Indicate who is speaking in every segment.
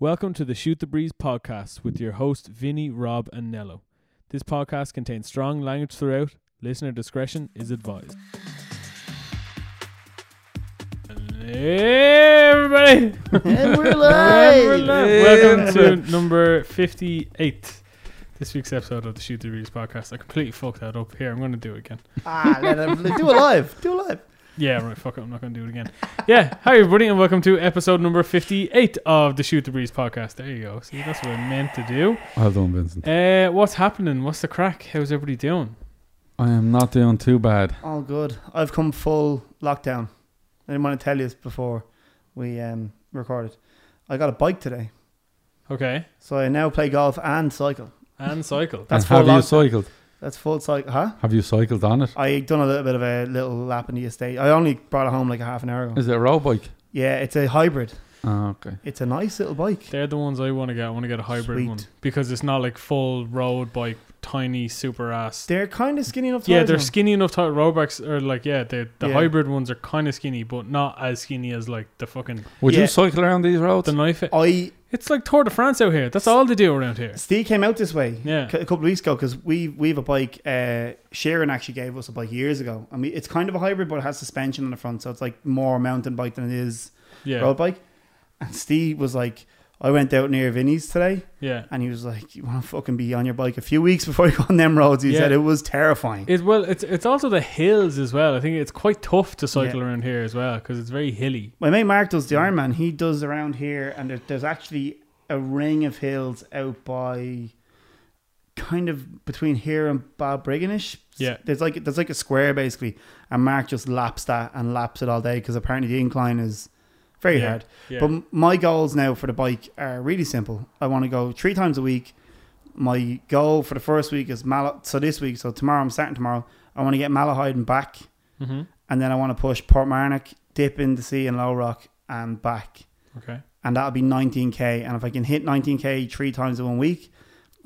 Speaker 1: Welcome to the Shoot the Breeze podcast with your host Vinny, Rob, and Nello. This podcast contains strong language throughout. Listener discretion is advised. Hey everybody!
Speaker 2: And we're
Speaker 1: Everyone,
Speaker 2: live.
Speaker 3: Hey,
Speaker 1: Welcome to
Speaker 3: everyone.
Speaker 1: number 58. This week's episode of the Shoot the Breeze podcast. I completely fucked that up. Here, I'm going to do it again.
Speaker 2: ah, let him do it live. Do it live.
Speaker 1: Yeah, right. Fuck it. I'm not going to do it again. Yeah. Hi, everybody, and welcome to episode number 58 of the Shoot the Breeze podcast. There you go. See, that's what I meant to do.
Speaker 3: Well done, Vincent.
Speaker 1: Uh, what's happening? What's the crack? How's everybody doing?
Speaker 3: I am not doing too bad.
Speaker 2: All good. I've come full lockdown. I didn't want to tell you this before we um, recorded. I got a bike today,
Speaker 1: Okay.
Speaker 2: so I now play golf and cycle.
Speaker 1: And cycle.
Speaker 2: That's
Speaker 3: and have
Speaker 2: full
Speaker 3: you
Speaker 2: lockdown.
Speaker 3: cycled?
Speaker 2: That's full cycle, huh?
Speaker 3: Have you cycled on it?
Speaker 2: I done a little bit of a little lap in the estate. I only brought it home like a half an hour ago.
Speaker 3: Is it a road bike?
Speaker 2: Yeah, it's a hybrid.
Speaker 3: Oh, okay.
Speaker 2: It's a nice little bike.
Speaker 1: They're the ones I want to get. I want to get a hybrid
Speaker 2: Sweet.
Speaker 1: one because it's not like full road bike, tiny super ass.
Speaker 2: They're kind of skinny enough.
Speaker 1: Yeah,
Speaker 2: tires
Speaker 1: they're
Speaker 2: now.
Speaker 1: skinny enough. Type road bikes are like yeah, they the
Speaker 2: Yeah.
Speaker 1: hybrid ones are kind of skinny, but not as skinny as like the fucking
Speaker 3: Would
Speaker 2: Yeah.
Speaker 3: you cycle around these roads?
Speaker 1: the knife. It.
Speaker 2: I
Speaker 1: It's like Tour de France out here. That's all they do around here.
Speaker 2: Steve came out this way.
Speaker 1: Yeah.
Speaker 2: c- a couple of weeks ago because we we have a bike. Uh, Sharon actually gave us a bike years ago, and we, it's kind of a hybrid, but it has suspension on the front, so it's like more mountain bike than it is
Speaker 1: Yeah,
Speaker 2: road bike. And Steve was like, "I went out near Vinny's today,
Speaker 1: yeah.
Speaker 2: and he was like, you want to fucking be on your bike a few weeks before you go on them roads.' He
Speaker 1: Yeah.
Speaker 2: said it was terrifying.
Speaker 1: It well, it's it's also the hills as well. I think it's quite tough to cycle around here as well because it's very hilly.
Speaker 2: My mate Mark does the Ironman. He does around here, and there, there's actually a ring of hills out by, kind of between here and Balbrighanish.
Speaker 1: Yeah.
Speaker 2: there's like there's like a square basically, and Mark just laps that and laps it all day because apparently the incline is very
Speaker 1: Yeah,
Speaker 2: hard.
Speaker 1: Yeah.
Speaker 2: But my goals now for the bike are really simple. I want to go three times a week. My goal for the first week is Mal. So this week, so tomorrow I'm starting tomorrow. I want to get Malahide and back
Speaker 1: hmm
Speaker 2: and then I want to push Port Marnock, dip into sea and Low Rock, and back.
Speaker 1: Okay.
Speaker 2: And that'll be 19k. And if I can hit 19k three times in one week,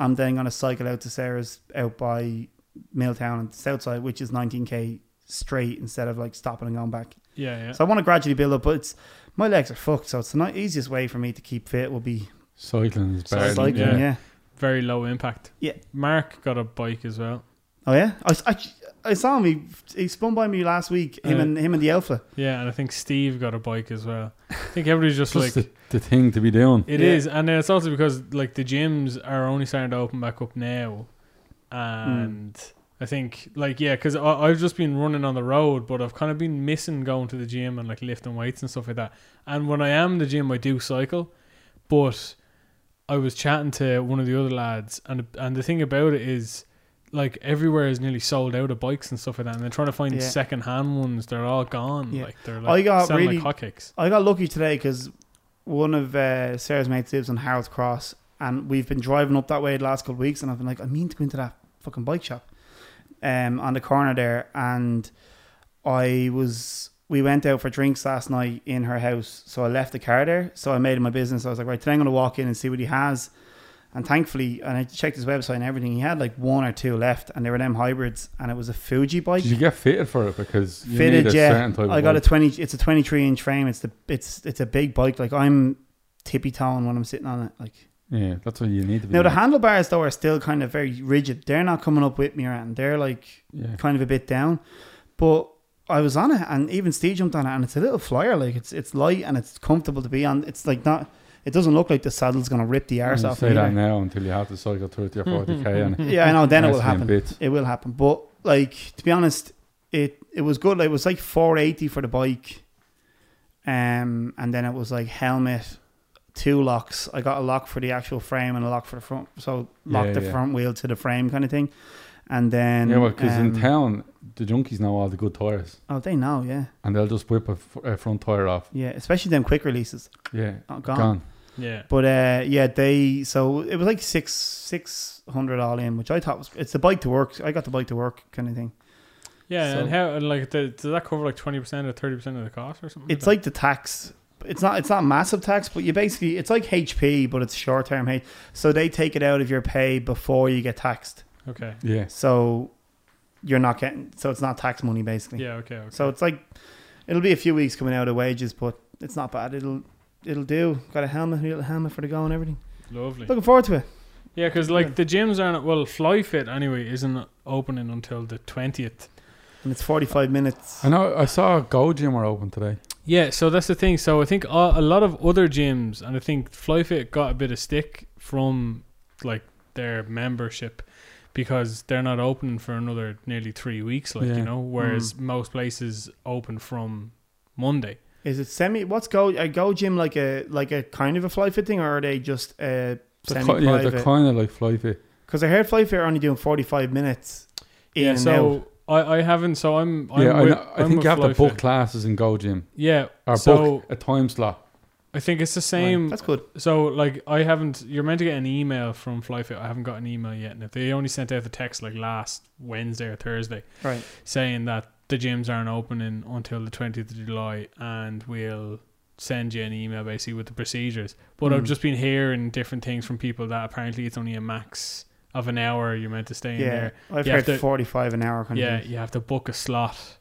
Speaker 2: I'm then going to cycle out to Sarah's out by Milltown and Southside, which is 19k straight instead of like stopping and going back.
Speaker 1: Yeah, yeah.
Speaker 2: So I want to gradually build up, but it's my legs are fucked. So it's the ni- easiest way for me to keep fit will be
Speaker 3: cycling is bad.
Speaker 2: cycling. Yeah.
Speaker 1: yeah. very low impact.
Speaker 2: Yeah.
Speaker 1: Mark got a bike as well.
Speaker 2: Oh yeah. I, s- I, I saw him. He, he spun by me last week. Him
Speaker 1: Yeah.
Speaker 2: and him and the Alpha.
Speaker 1: Yeah, and I think Steve got a bike as well. I think everybody's just
Speaker 3: Just
Speaker 1: like
Speaker 3: the, the thing to be doing.
Speaker 1: it
Speaker 2: Yeah.
Speaker 1: is, and then it's also because like the gyms are only starting to open back up now,
Speaker 2: Hmm.
Speaker 1: and I think like yeah, because I've just been running on the road, but I've kind of been missing going to the gym and like lifting weights and stuff like that. And when I am in the gym, I do cycle, but I was chatting to one of the other lads, and and the thing about it is. Like everywhere is nearly sold out of bikes and stuff like that, and they're trying to find
Speaker 2: Yeah.
Speaker 1: second hand ones. They're all gone.
Speaker 2: Yeah.
Speaker 1: Like they're like
Speaker 2: I got
Speaker 1: selling
Speaker 2: really-
Speaker 1: like hotcakes.
Speaker 2: I got lucky today because one of uh, Sarah's mates lives on Harold's Cross, and we've been driving up that way the last couple of weeks, and I've been like, I mean to go into that fucking bike shop, um, on the corner there, and I was. We went out for drinks last night in her house, so I left the car there. So I made it my business. I was like, right, today I'm going to walk in and see what he has. And thankfully, and I checked his website and everything, he had like one or two left, and they were them hybrids, and it was a Fuji bike
Speaker 3: Did you get fitted for it? Because you need
Speaker 2: fitted
Speaker 3: a
Speaker 2: yeah
Speaker 3: certain type
Speaker 2: i
Speaker 3: of
Speaker 2: got a
Speaker 3: bike.
Speaker 2: 20 it's a 23 inch frame it's the it's it's a big bike like i'm tippy toeing when i'm sitting on it like
Speaker 3: Yeah, that's what you need to be.
Speaker 2: now the
Speaker 3: doing.
Speaker 2: handlebars though are still kind of very rigid they're not coming up with me or anything they're like
Speaker 3: yeah.
Speaker 2: kind of a bit down but i was on it and even steve jumped on it and it's a little flyer like it's it's light and it's comfortable to be on it's like not it doesn't look like the saddle's gonna rip the arse
Speaker 3: You
Speaker 2: off me
Speaker 3: Mm, say that
Speaker 2: either.
Speaker 3: now until you have to cycle 30 or 40k and
Speaker 2: yeah i know then it will
Speaker 3: Nice being
Speaker 2: happen
Speaker 3: bit.
Speaker 2: it will happen. But like to be honest, it it was good. Like, it was like four eighty for the bike, um, and then it was like helmet, two locks. I got a lock for the actual frame and a lock for the front. So lock
Speaker 3: Yeah,
Speaker 2: the
Speaker 3: yeah.
Speaker 2: front wheel to the frame kind of thing, and then
Speaker 3: Yeah, well, because in
Speaker 2: um,
Speaker 3: town, the junkies know all the good tires
Speaker 2: Oh, they know, yeah,
Speaker 3: and they'll just whip a, f- a front tire off.
Speaker 2: yeah. Especially them quick releases,
Speaker 3: Yeah,
Speaker 2: oh, gone.
Speaker 3: gone.
Speaker 1: Yeah.
Speaker 2: But uh, yeah, they so it was like six six hundred all in, which I thought was it's the bike to work. I got the bike to work kind of thing.
Speaker 1: Yeah, and
Speaker 2: So-
Speaker 1: how and like the, does that cover like twenty percent or thirty percent of the cost or something?
Speaker 2: It's like the tax. It's not. It's not massive tax, but you basically it's like HP, but it's short term H. So they take it out of your pay before you get taxed.
Speaker 1: that? okay,
Speaker 3: Yeah.
Speaker 2: So you're not getting. So it's not tax money basically.
Speaker 1: yeah, okay, okay.
Speaker 2: So it's like it'll be a few weeks coming out of wages, but it's not bad. It'll it'll do. Got a helmet, a little helmet for the go and everything.
Speaker 1: Lovely.
Speaker 2: Looking forward to it.
Speaker 1: Yeah, because like the gyms aren't well. Fly Fit anyway isn't opening until the twentieth.
Speaker 2: And it's 45 minutes.
Speaker 3: I know. I saw Go Gym were open today.
Speaker 1: Yeah, so that's the thing. So I think a, a lot of other gyms, and I think Fly Fit got a bit of stick from like their membership because they're not opening for another nearly three weeks. Like
Speaker 3: Yeah.
Speaker 1: you know, whereas
Speaker 2: Mm.
Speaker 1: most places open from Monday.
Speaker 2: Is it semi? What's go? Are go gym like a like a kind of a fly fit thing, or are they just uh,
Speaker 3: They're
Speaker 2: semi
Speaker 3: ki- yeah, they're
Speaker 2: private?
Speaker 3: kind of like fly fit.
Speaker 2: Because I heard fly fit are only doing forty five minutes. In
Speaker 1: yeah,
Speaker 2: and out.
Speaker 1: so I, I haven't. So I'm. I'm
Speaker 3: yeah, I,
Speaker 1: with,
Speaker 3: know, I
Speaker 1: I'm
Speaker 3: think
Speaker 1: with
Speaker 3: you have to
Speaker 1: Fly
Speaker 3: book
Speaker 1: Fit.
Speaker 3: classes in Go Gym
Speaker 1: Yeah,
Speaker 3: or
Speaker 1: So-
Speaker 3: book a time slot.
Speaker 1: I think it's the same.
Speaker 2: That's good.
Speaker 1: So like I haven't you're meant to get an email from Flyfit. I haven't got an email yet. And if they only sent out the text like last Wednesday or Thursday
Speaker 2: Right.
Speaker 1: saying that the gyms aren't opening until the 20th of July and we'll send you an email basically with the procedures. But I've
Speaker 3: Hmm.
Speaker 2: Mm.
Speaker 1: just been hearing different things from people that apparently it's only a max of an hour you're meant to stay in
Speaker 2: Yeah,
Speaker 1: there.
Speaker 2: I've
Speaker 1: You have
Speaker 2: heard
Speaker 1: to-
Speaker 2: forty five an hour. Kind
Speaker 1: Yeah,
Speaker 2: Of thing.
Speaker 1: you have to book a slot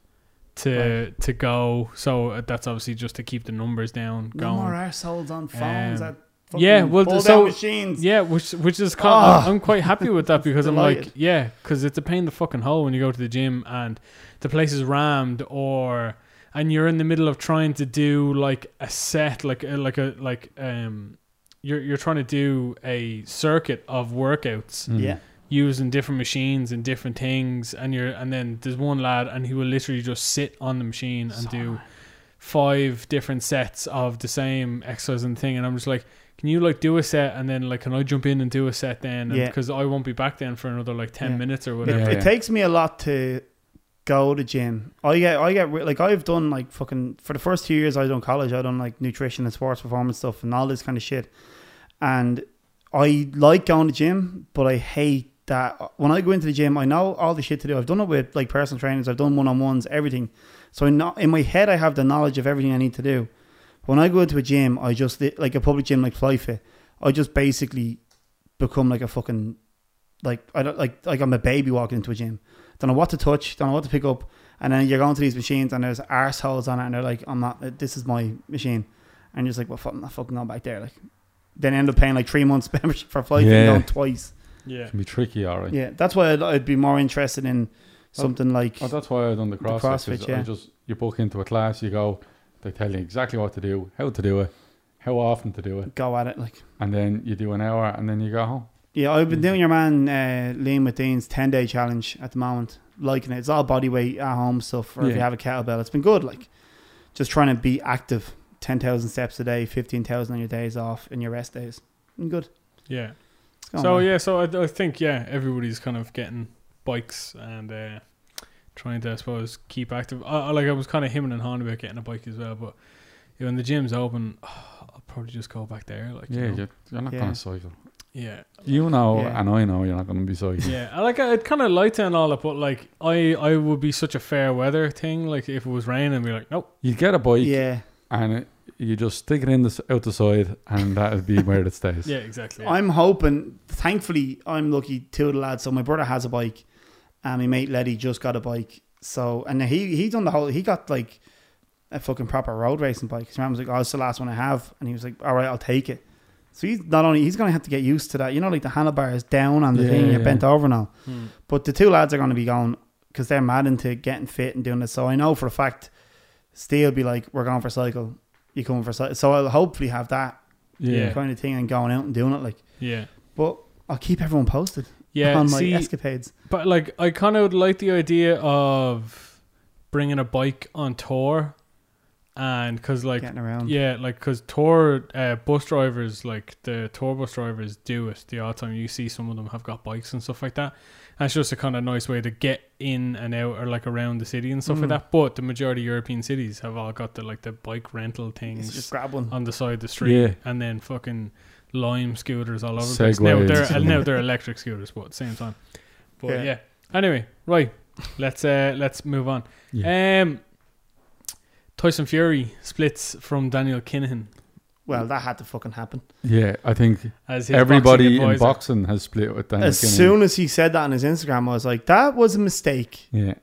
Speaker 1: to to go. So uh, that's obviously just to keep the numbers down
Speaker 2: No
Speaker 1: going.
Speaker 2: more arseholes on phones.
Speaker 1: Um,
Speaker 2: that
Speaker 1: yeah,
Speaker 2: fucking
Speaker 1: well,
Speaker 2: pull
Speaker 1: so-
Speaker 2: down machines.
Speaker 1: Yeah, which which is kind of-
Speaker 2: Ah.
Speaker 1: I'm quite happy with that because I'm like,
Speaker 2: Delighted.
Speaker 1: yeah, because it's a pain in the fucking hole when you go to the gym and the place is rammed or and you're in the middle of trying to do like a set like a, like a like um you're you're trying to do a circuit of workouts
Speaker 3: Mm.
Speaker 2: Yeah.
Speaker 1: using different machines and different things and you're and then there's one lad and he will literally just sit on the machine and do five different sets of the same exercise and thing and I'm just like can you like do a set and then like can I jump in and do a set then
Speaker 2: Yeah.
Speaker 1: because I won't be back then for another like 10
Speaker 2: Yeah.
Speaker 1: minutes or
Speaker 2: It,
Speaker 1: whatever
Speaker 2: it
Speaker 3: Yeah.
Speaker 2: takes me a lot to go to gym. I get, I get, re- like I've done like fucking for the first two years I done college. I done like nutrition and sports performance stuff and all this kind of shit. And I like going to gym, but I hate that when I go into the gym, I know all the shit to do. I've done it with like personal trainers. I've done one on ones, everything. So in, in my head, I have the knowledge of everything I need to do. When I go into a gym, I just li- like a public gym like FlyFit. I just basically become like a fucking like I don't like like I'm a baby walking into a gym. Don't know what to touch, don't know what to pick up, and then you're going to these machines and there's arseholes on it, and they're like, "I'm not. This is my machine," and you're just like, "Well, fuck, I'm not fucking going back there." Like, then end up paying like three months membership for flight and
Speaker 3: Yeah.
Speaker 2: going twice.
Speaker 1: yeah
Speaker 3: Can be tricky, all right.
Speaker 2: Yeah, that's why I'd, I'd be more interested in something like
Speaker 3: Oh, that's why I done the
Speaker 2: The
Speaker 3: cross.
Speaker 2: CrossFit,
Speaker 3: I
Speaker 2: yeah.
Speaker 3: just you book into a class, you go, they tell you exactly what to do, how to do it, how often to do it,
Speaker 2: go at it like.
Speaker 3: and then you do an hour, and then you go home.
Speaker 2: Yeah, I've been
Speaker 1: Mm.
Speaker 2: doing your man uh, Liam McDean's ten day challenge at the moment. Liking it. It's all body weight at home stuff, or if you
Speaker 3: Yeah.
Speaker 2: have a kettlebell, it's been good. Like just trying to be active, ten thousand steps a day, fifteen thousand on your days off, and your rest days. Been good.
Speaker 1: yeah
Speaker 2: It's going
Speaker 1: so
Speaker 2: well.
Speaker 1: yeah so I, I think yeah everybody's kind of getting bikes and uh trying to I suppose keep active I, I- like I was kind of hemming and hawing about getting a bike as well but you know, when the gym's open I'll probably just go back there like
Speaker 3: Yeah,
Speaker 1: you know?
Speaker 3: you're, you're not
Speaker 2: Yeah.
Speaker 3: gonna cycle.
Speaker 1: yeah
Speaker 3: You know,
Speaker 2: Yeah.
Speaker 3: and I know you're not gonna be cycling.
Speaker 1: yeah, I like I'd kind of like to and all that, but like I I would be such a fair weather thing. Like if it was raining, I'd be like, nope.
Speaker 3: You get a bike,
Speaker 2: yeah.
Speaker 3: and it, you just stick it in the s- out the side, and that'll be where it stays.
Speaker 1: Yeah, exactly.
Speaker 2: I'm hoping. Thankfully, I'm lucky. Two of the lads. So my brother has a bike, and my mate Letty just got a bike. So and he he done the whole. He got like a fucking proper road racing bike. His mum was like, "Oh, it's the last one I have," and he was like, "All right, I'll take it." So he's not only he's gonna have to get used to that. You know, like the handlebars down on the
Speaker 3: Yeah,
Speaker 2: thing, you're
Speaker 3: yeah.
Speaker 2: bent over now.
Speaker 1: Hmm.
Speaker 2: But the two lads are going to be going because they're mad into getting fit and doing this. So I know for a fact, Steve will be like, "We're going for cycle. You coming for cycle?" So I'll hopefully have that
Speaker 1: Yeah.
Speaker 2: kind of thing and going out and doing it like.
Speaker 1: Yeah,
Speaker 2: But I'll keep everyone posted
Speaker 1: yeah.
Speaker 2: on my
Speaker 1: See,
Speaker 2: escapades.
Speaker 1: but like I kind of like the idea of bringing a bike on tour, and because like
Speaker 2: getting around.
Speaker 1: Yeah, like because tour uh, bus drivers, like the tour bus drivers, do it the odd time. You see some of them have got bikes and stuff like that. And it's just a kind of nice way to get in and out or like around the city and stuff like
Speaker 2: Mm.
Speaker 1: that. But the majority of European cities have all got the like the bike rental
Speaker 2: It's
Speaker 1: things
Speaker 2: just grab one.
Speaker 1: on the side of the street
Speaker 3: Yeah.
Speaker 1: and then fucking lime scooters all over the place. Now
Speaker 3: Segways.
Speaker 1: they're, now they're electric scooters, but at the same time. But yeah.
Speaker 2: Yeah.
Speaker 1: Anyway, right. Let's uh let's move on.
Speaker 3: Yeah.
Speaker 1: Um Tyson Fury splits from Daniel Kinahan
Speaker 2: Well, that had to fucking happen.
Speaker 3: Yeah, I think
Speaker 1: as his er
Speaker 3: everybody
Speaker 1: boxing
Speaker 3: in
Speaker 1: advisor.
Speaker 3: boxing has split with Dan.
Speaker 2: as
Speaker 3: Kinnan.
Speaker 2: soon as he said that on his Instagram, I was like, that was a mistake.
Speaker 3: yeah,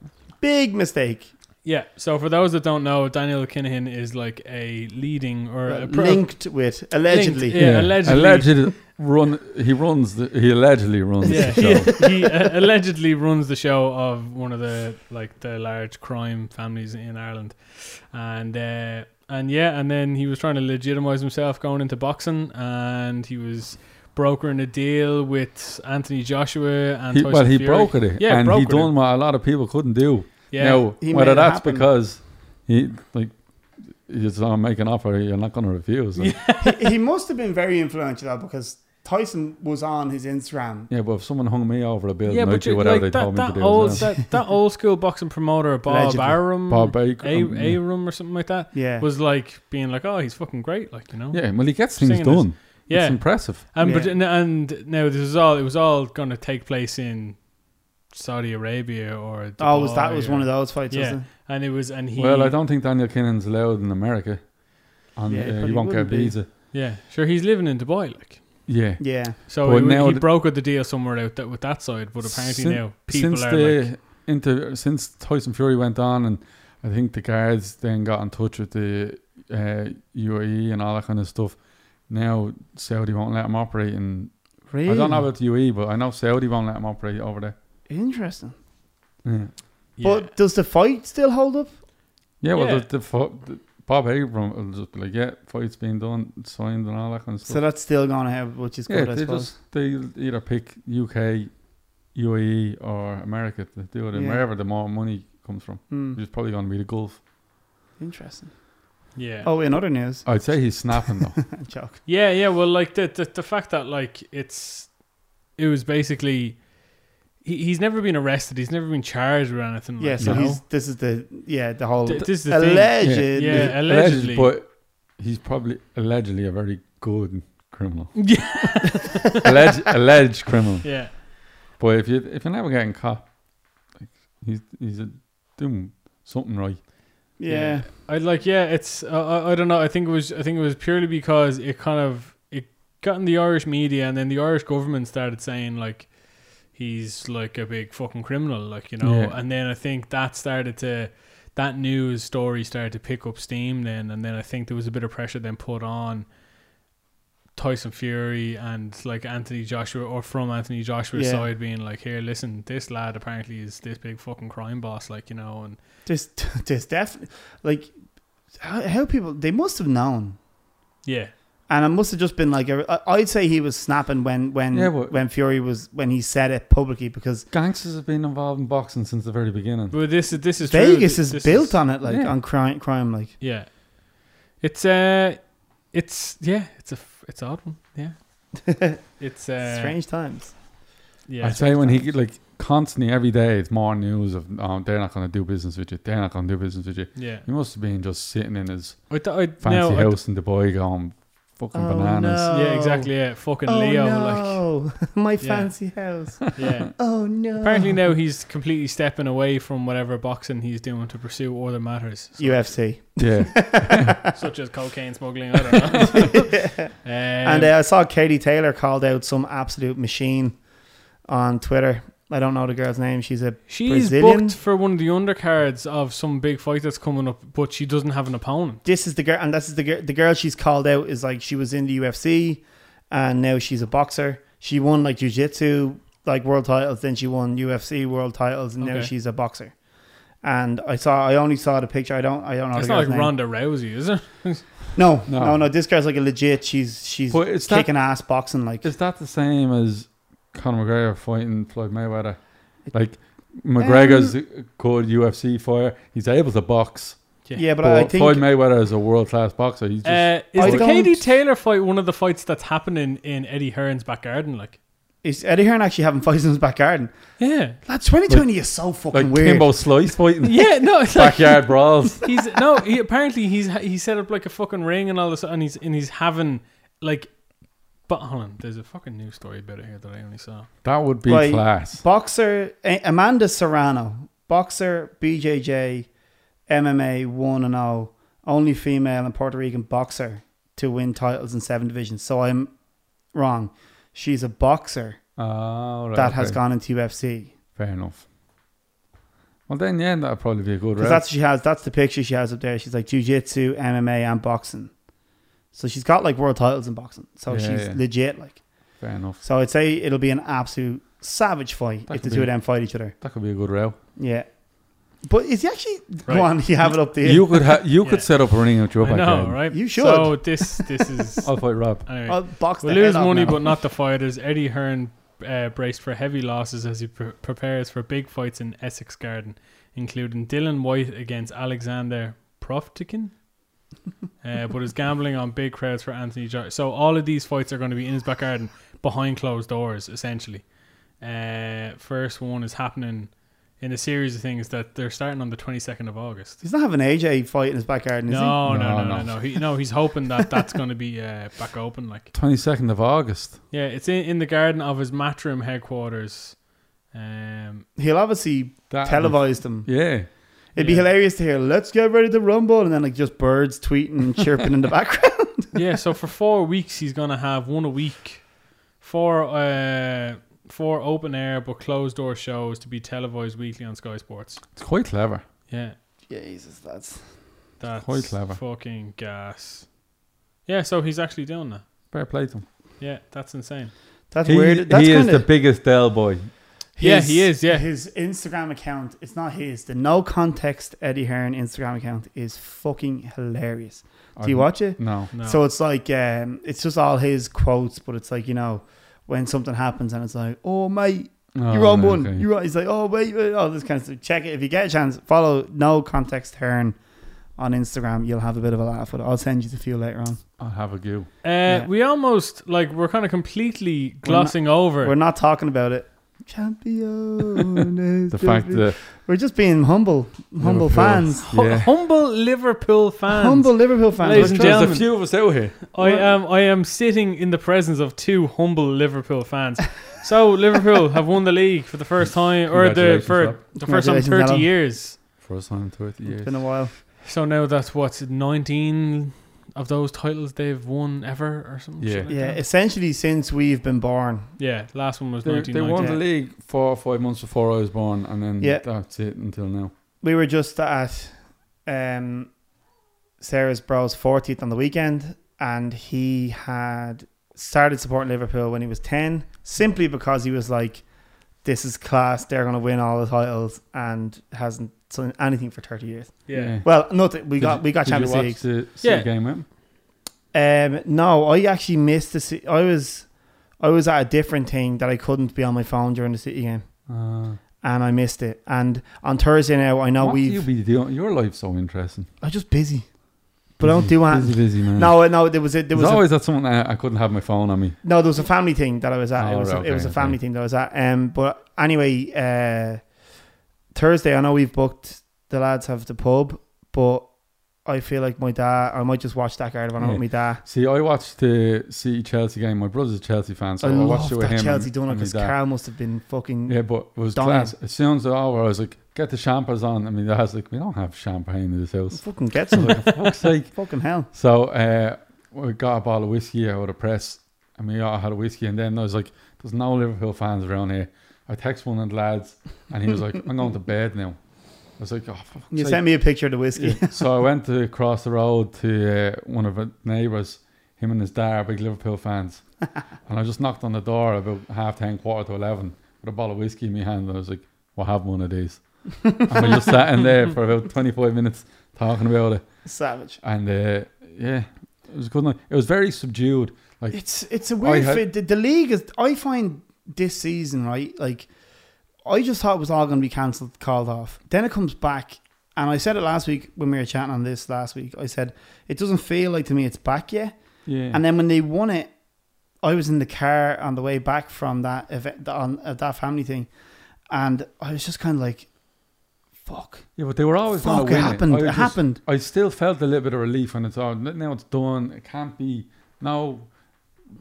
Speaker 2: Big mistake.
Speaker 1: Yeah. So for those that don't know, Daniel Kinahan is like a leading or a, pro-
Speaker 2: linked with allegedly.
Speaker 1: Yeah, allegedly.
Speaker 3: Alleged run. He runs. The, he allegedly runs
Speaker 1: Yeah,
Speaker 3: the show.
Speaker 1: he, he uh, allegedly runs the show of one of the like the large crime families in Ireland, and uh, and yeah, and then he was trying to legitimize himself going into boxing, and he was brokering a deal with Anthony Joshua and
Speaker 3: He,
Speaker 1: Tyson
Speaker 3: well, he
Speaker 1: Fury.
Speaker 3: brokered it,
Speaker 1: Yeah,
Speaker 3: and he
Speaker 1: brokered
Speaker 3: done what a lot of people couldn't do.
Speaker 1: Yeah,
Speaker 3: Now,
Speaker 2: He made
Speaker 3: whether
Speaker 2: it
Speaker 3: that's
Speaker 2: happen.
Speaker 3: because he like he's on make an offer, you're not going to refuse. Like,
Speaker 2: he, he must have been very influential though, because Tyson was on his Instagram.
Speaker 3: Yeah, but if someone hung me over a bill,
Speaker 1: yeah,
Speaker 3: and I'd
Speaker 1: but
Speaker 3: do
Speaker 1: you,
Speaker 3: whatever
Speaker 1: like,
Speaker 3: they told
Speaker 1: that,
Speaker 3: me
Speaker 1: that
Speaker 3: to do.
Speaker 1: old
Speaker 3: as well.
Speaker 1: that, that old school boxing promoter Bob
Speaker 2: Allegedly.
Speaker 1: Arum,
Speaker 3: Bob Baker,
Speaker 1: A-
Speaker 3: um, yeah.
Speaker 1: Arum or something like that
Speaker 2: Yeah,
Speaker 1: was like being like, oh, he's fucking great, like you know,
Speaker 3: yeah, well, he gets things
Speaker 1: Singing this.
Speaker 3: done.
Speaker 1: yeah.
Speaker 3: It's impressive.
Speaker 1: And but
Speaker 2: Yeah.
Speaker 1: and, and now this is all it was all going to take place in Saudi Arabia or
Speaker 2: oh, was that was one of
Speaker 1: the
Speaker 2: those fights?
Speaker 1: Yeah.
Speaker 2: Wasn't
Speaker 1: and it was and he
Speaker 3: well, I don't think Daniel Kinnan's allowed in America, and
Speaker 2: Yeah,
Speaker 3: uh,
Speaker 2: but
Speaker 3: he
Speaker 2: he
Speaker 3: won't get a
Speaker 2: wouldn't be.
Speaker 3: visa.
Speaker 1: yeah sure he's living in Dubai like
Speaker 3: Yeah.
Speaker 2: it? yeah.
Speaker 1: so
Speaker 3: But
Speaker 1: he,
Speaker 3: now
Speaker 1: he
Speaker 3: th-
Speaker 1: brokered the deal somewhere out that with that side but apparently
Speaker 3: Sin-
Speaker 1: now people
Speaker 3: since
Speaker 1: are
Speaker 3: the
Speaker 1: like
Speaker 3: inter- since Tyson Fury went on, and I think the guards then got in touch with the uh, UAE and all that kind of stuff. Now Saudi won't let him operate, and
Speaker 2: Really?
Speaker 3: I don't know about the UAE, but I know Saudi won't let him operate over there.
Speaker 2: Interesting. Hmm.
Speaker 3: Yeah,
Speaker 1: yeah.
Speaker 2: But does the fight still hold up?
Speaker 3: yeah well,
Speaker 1: Yeah.
Speaker 3: The, the, fu- the Bob Abram will just be like, yeah, fight's being done, signed, and all that kind of
Speaker 2: So
Speaker 3: stuff.
Speaker 2: that's still going ahead, which is
Speaker 3: yeah,
Speaker 2: good, I
Speaker 3: they
Speaker 2: suppose.
Speaker 3: just they either pick UK, UAE, E or America to do it, and
Speaker 2: Yeah.
Speaker 3: wherever the more money comes from,
Speaker 2: Hmm,
Speaker 3: which is probably going to be the Gulf.
Speaker 2: Interesting.
Speaker 1: yeah
Speaker 2: Oh, in other news,
Speaker 3: I'd say he's snapping though.
Speaker 2: joke.
Speaker 1: Yeah, yeah. Well, like the the, the fact that like it's it was basically he, he's never been arrested. He's never been charged or anything.
Speaker 2: Yeah,
Speaker 1: like,
Speaker 2: so
Speaker 1: you know?
Speaker 2: he's, this is the yeah the whole
Speaker 1: Th- this is the thing.
Speaker 2: alleged.
Speaker 1: Yeah,
Speaker 3: He's
Speaker 1: allegedly.
Speaker 3: but he's probably allegedly a very good criminal.
Speaker 1: Yeah,
Speaker 3: alleged, alleged criminal.
Speaker 1: yeah,
Speaker 3: But if you if you're never getting caught, like, he's he's a, doing something right.
Speaker 2: yeah.
Speaker 1: I like yeah. It's uh, I, I don't know. I think it was I think it was purely because it kind of it got in the Irish media, and then the Irish government started saying like he's like a big fucking criminal, like you know.
Speaker 3: Yeah.
Speaker 1: And then I think that started to that news story started to pick up steam then, and then I think there was a bit of pressure then put on. Tyson Fury and like Anthony Joshua, or from Anthony Joshua's
Speaker 2: Yeah.
Speaker 1: side, being like, "Here, listen, this lad apparently is this big fucking crime boss, like you know." And
Speaker 2: There's there's definitely like how, how people they must have known,
Speaker 1: yeah,
Speaker 2: and it must have just been like a, I- I'd say he was snapping when when
Speaker 3: Yeah, but-
Speaker 2: when Fury was when he said it publicly because
Speaker 3: Gangsters have been involved in boxing since the very beginning.
Speaker 1: But this is this is true.
Speaker 2: Vegas
Speaker 1: This-
Speaker 2: is
Speaker 1: this
Speaker 2: built on it like
Speaker 3: yeah.
Speaker 2: on crime crime like
Speaker 1: Yeah, it's uh, it's yeah, it's a f- it's an odd one. Yeah, it's uh,
Speaker 2: strange times.
Speaker 1: Yeah,
Speaker 3: I'd say when he like constantly every day, it's more news of oh, they're not going to do business with you. They're not going to do business with you.
Speaker 1: yeah.
Speaker 3: He must have been just sitting in his
Speaker 1: I th- I,
Speaker 3: fancy
Speaker 1: now, I
Speaker 3: house in Dubai going fucking
Speaker 2: Oh,
Speaker 3: bananas.
Speaker 2: no.
Speaker 1: yeah, exactly. Yeah, fucking
Speaker 2: oh
Speaker 1: Leo.
Speaker 2: no, my
Speaker 1: Yeah.
Speaker 2: fancy house.
Speaker 1: Like, yeah.
Speaker 2: Oh no.
Speaker 1: Apparently now he's completely stepping away from whatever boxing he's doing to pursue other matters,
Speaker 2: UFC.
Speaker 3: Yeah,
Speaker 1: such as cocaine smuggling. I don't know. Um,
Speaker 2: and uh, I saw Katie Taylor called out some absolute machine on Twitter. I don't know the girl's name. She's a
Speaker 1: she's
Speaker 2: Brazilian-
Speaker 1: booked for one of the undercards of some big fight that's coming up, but she doesn't have an opponent.
Speaker 2: this is the girl, and this is the girl. The girl she's called out is like she was in the UFC, and now she's a boxer. She won like jujitsu, like world titles. Then she won UFC world titles, and now
Speaker 1: Okay.
Speaker 2: she's a boxer. And I saw, I only saw the picture. I don't, I don't know.
Speaker 1: It's
Speaker 2: the
Speaker 1: not
Speaker 2: girl's
Speaker 1: like
Speaker 2: name.
Speaker 1: Ronda Rousey, is it?
Speaker 2: No,
Speaker 3: No.
Speaker 2: no, no, This girl's like a legit. She's she's
Speaker 3: but is that
Speaker 2: kicking ass boxing. Like
Speaker 3: is that the same as Conor McGregor fighting Floyd Mayweather? Like McGregor's a
Speaker 2: Um,
Speaker 3: good UFC fighter. He's able to box.
Speaker 2: yeah, but,
Speaker 3: But,
Speaker 2: I think
Speaker 3: Floyd Mayweather is a world class boxer. He's just
Speaker 1: Uh, is
Speaker 2: I
Speaker 1: the
Speaker 2: don't-
Speaker 1: Katie Taylor fight one of the fights that's happening in Eddie Hearn's back garden? Like,
Speaker 2: is Eddie Hearn actually having fights in his back garden.
Speaker 1: yeah,
Speaker 2: Lad, 2020 is so fucking
Speaker 3: like
Speaker 2: weird.
Speaker 3: Kimbo Slice fighting
Speaker 1: yeah, no, it's like
Speaker 3: backyard brawls.
Speaker 1: he's no, he apparently he's he set up like a fucking ring and all this, and he's and he's having like, but hold on, there's a fucking news story about it here that I only saw.
Speaker 3: That would be
Speaker 2: Right.
Speaker 3: class.
Speaker 2: Boxer A- Amanda Serrano, boxer, BJJ, MMA one and zero, only female and Puerto Rican boxer to win titles in seven divisions. So I'm wrong. She's a boxer
Speaker 3: Oh, right,
Speaker 2: that has
Speaker 3: okay.
Speaker 2: gone into UFC.
Speaker 3: fair enough. Well, then yeah, that'd probably be a good route.
Speaker 2: Because that's what she has. That's the picture she has up there. She's like jujitsu, MMA, and boxing. So she's got like world titles in boxing. So
Speaker 3: Yeah,
Speaker 2: she's
Speaker 3: yeah.
Speaker 2: legit. Like,
Speaker 3: Fair enough.
Speaker 2: so I'd say it'll be an absolute savage fight
Speaker 3: That
Speaker 2: if the
Speaker 3: could
Speaker 2: two
Speaker 3: be-
Speaker 2: of them fight each other.
Speaker 3: That could be a good route.
Speaker 2: Yeah. But is he actually
Speaker 1: Right.
Speaker 2: go on? You have it up there.
Speaker 3: You could ha- you
Speaker 1: Yeah.
Speaker 3: could set up a ring out your
Speaker 1: I
Speaker 3: back
Speaker 1: know,
Speaker 3: garden.
Speaker 1: right?
Speaker 2: You Oh,
Speaker 1: So this this is
Speaker 3: I'll fight Rob.
Speaker 1: anyway.
Speaker 2: I'll box
Speaker 1: We
Speaker 2: the
Speaker 1: lose
Speaker 2: hell out
Speaker 1: money,
Speaker 2: now.
Speaker 1: but not the fighters. Eddie Hearn uh, braced for heavy losses as he pre- prepares for big fights in Essex Garden, including Dylan White against Alexander Proftikin. uh, but is gambling on big crowds for Anthony. Jo- so all of these fights are going to be in his back garden, behind closed doors, essentially. Uh, first one is happening in a series of things that they're starting on the twenty second of August.
Speaker 2: He's not having AJ fight in his back garden, is
Speaker 1: No, no,
Speaker 3: No,
Speaker 1: no, no, no.
Speaker 3: no.
Speaker 1: He, no, he's hoping that that's going to be uh, back open. Like,
Speaker 3: Twenty second of August.
Speaker 1: yeah, it's in, in the garden of his matrim headquarters. Um,
Speaker 2: he? He'll obviously
Speaker 3: That
Speaker 2: televise them.
Speaker 3: Yeah,
Speaker 2: It'd be
Speaker 1: Yeah.
Speaker 2: hilarious to hear, let's get ready to rumble, and then like just birds tweeting and chirping in the background.
Speaker 1: yeah, so for four weeks he's gonna have one a week, four uh, four open air but closed door shows to be televised weekly on Sky Sports.
Speaker 3: it's quite clever.
Speaker 1: Yeah,
Speaker 2: Jesus, that's
Speaker 1: that's
Speaker 3: Quite clever.
Speaker 1: Fucking gas. Yeah, so he's actually doing that.
Speaker 3: Fair play to him.
Speaker 1: Yeah, that's insane.
Speaker 2: that's
Speaker 3: he
Speaker 2: weird. That's
Speaker 3: he is the
Speaker 2: kinda
Speaker 3: biggest Dell boy.
Speaker 1: Yeah, he is, yeah.
Speaker 2: his Instagram account. It's not his. The no context Eddie Hearn Instagram account is fucking hilarious. Do you
Speaker 3: I've-
Speaker 2: watch it?
Speaker 3: No.
Speaker 1: No. Uh,
Speaker 2: So it's like um, it's just all his quotes, but it's like you know when something happens and it's like, oh mate, you're
Speaker 3: Oh,
Speaker 2: on
Speaker 3: no,
Speaker 2: one.
Speaker 3: okay.
Speaker 2: You're on. He's like, oh wait, wait, all this kind of stuff. Check it if you get a chance. Follow no context Hearn on Instagram. You'll have a bit of a laugh with it. I'll send you the few later on.
Speaker 3: I'll have a go.
Speaker 1: uh,
Speaker 2: yeah.
Speaker 1: we almost like we're kind of completely glossing over.
Speaker 2: We're not talking about it. Champion. is
Speaker 3: The fact that
Speaker 2: we're just being humble, humble
Speaker 3: Liverpool-
Speaker 2: fans.
Speaker 1: Hu-
Speaker 3: yeah.
Speaker 1: Humble Liverpool fans.
Speaker 2: Humble Liverpool fans.
Speaker 1: Ladies and
Speaker 2: We're trying-
Speaker 1: gentlemen.
Speaker 3: There's a few of us out here.
Speaker 1: I am I am sitting in the presence of two humble Liverpool fans. So Liverpool have won the league for the first time, or the
Speaker 3: Congratulations,
Speaker 1: for
Speaker 3: Rob.
Speaker 1: the first time in
Speaker 2: Congratulations,
Speaker 1: thirty
Speaker 2: Alan.
Speaker 1: years.
Speaker 3: First time in 30
Speaker 2: It's
Speaker 3: years.
Speaker 2: been a while.
Speaker 1: So now that's what nineteen of those titles they've won ever, or something.
Speaker 3: Yeah.
Speaker 1: shit like
Speaker 2: Yeah,
Speaker 1: that?
Speaker 2: essentially since we've been born.
Speaker 1: yeah. Last one was
Speaker 3: They,
Speaker 1: nineteen
Speaker 3: they won
Speaker 1: ninety.
Speaker 3: the league four or five months before I was born, and then
Speaker 2: Yeah.
Speaker 3: that's it until now.
Speaker 2: we were just at um, Sarah's bro's 40th on the weekend, and he had started supporting Liverpool when he was 10 simply because he was like, This is class, they're going to win all the titles, and hasn't done anything for 30 years.
Speaker 1: Yeah.
Speaker 2: Well, not that we
Speaker 3: Did
Speaker 2: got
Speaker 3: you-
Speaker 2: we got
Speaker 3: did
Speaker 2: Champions
Speaker 3: you watch
Speaker 2: League.
Speaker 3: The City
Speaker 1: Yeah.
Speaker 3: game, man?
Speaker 2: Um, no, I actually missed the. ci- I was, I was at a different thing that I couldn't be on my phone during the City game,
Speaker 3: Uh,
Speaker 2: and I missed it. And on Thursday now, I know
Speaker 3: what
Speaker 2: we've.
Speaker 3: you be doing? Your life's so interesting.
Speaker 2: I'm just busy, but I don't
Speaker 3: Busy-
Speaker 2: do anything.
Speaker 3: Busy, busy man.
Speaker 2: No, uh, no, there was a, there
Speaker 3: Mm. There's
Speaker 2: was a,
Speaker 3: always that something I, I couldn't have my phone on me.
Speaker 2: no, there was a family thing that I was at. it
Speaker 3: Oh,
Speaker 2: was
Speaker 3: right,
Speaker 2: it was a
Speaker 3: okay,
Speaker 2: family
Speaker 3: okay.
Speaker 2: thing that I was at. Um, but anyway, uh, Thursday I know we've booked the lads have the pub, but I feel like my dad. I might just watch that guard when I'm with my dad.
Speaker 3: See, I watched the City Chelsea game. My brother's a Chelsea fan, so
Speaker 2: I
Speaker 3: I,
Speaker 2: love
Speaker 3: watched it with
Speaker 2: that
Speaker 3: him.
Speaker 2: Chelsea
Speaker 3: and-
Speaker 2: donut
Speaker 3: and my
Speaker 2: because
Speaker 3: dad.
Speaker 2: Carl must have been fucking.
Speaker 3: Yeah, but it was
Speaker 2: Done
Speaker 3: class. As soon as it was over, I was like, "Get the champers on." I mean, dad's like, "We don't have champagne in this house."
Speaker 2: Fucking gets
Speaker 3: So I
Speaker 2: him.
Speaker 3: was like, "For fuck's sake!"
Speaker 2: fucking hell.
Speaker 3: So uh, we got a bottle of whiskey out of the press, and we all had a whiskey. And then I was like, "There's no Liverpool fans around here." I text one of the lads, and he was like, "I'm going to bed now." I was like, "Oh, for fuck's
Speaker 2: You
Speaker 3: sake."
Speaker 2: sent me a picture of the whiskey.
Speaker 3: Yeah. so I went to cross the road to uh, one of the neighbours. Him and his dad are big Liverpool fans, and I just knocked on the door about half ten, quarter to eleven, with a bottle of whiskey in my hand. And I was like, "We'll have one of these." and we just sat in there for about twenty-five minutes talking about it,
Speaker 2: Savage.
Speaker 3: and uh, yeah, it was a good night. It was very subdued. Like
Speaker 2: It's it's a
Speaker 3: I
Speaker 2: weird.
Speaker 3: had-
Speaker 2: fit. the, the league is. I find this season right. Like, I just thought it was all going to be cancelled, called off. Then it comes back, and I said it last week when we were chatting on this last week. I said it doesn't feel like to me it's back yet.
Speaker 3: yeah,
Speaker 2: And then when they won it, I was in the car on the way back from that event on uh, that family thing, and I was just kind of like, "Fuck,
Speaker 3: yeah, but they were always going
Speaker 2: fuck,
Speaker 3: to
Speaker 2: it
Speaker 3: win.
Speaker 2: happened,
Speaker 3: I
Speaker 2: it,
Speaker 3: was just-
Speaker 2: happened."
Speaker 3: I still felt a little bit of relief when it's all now it's done. It can't be no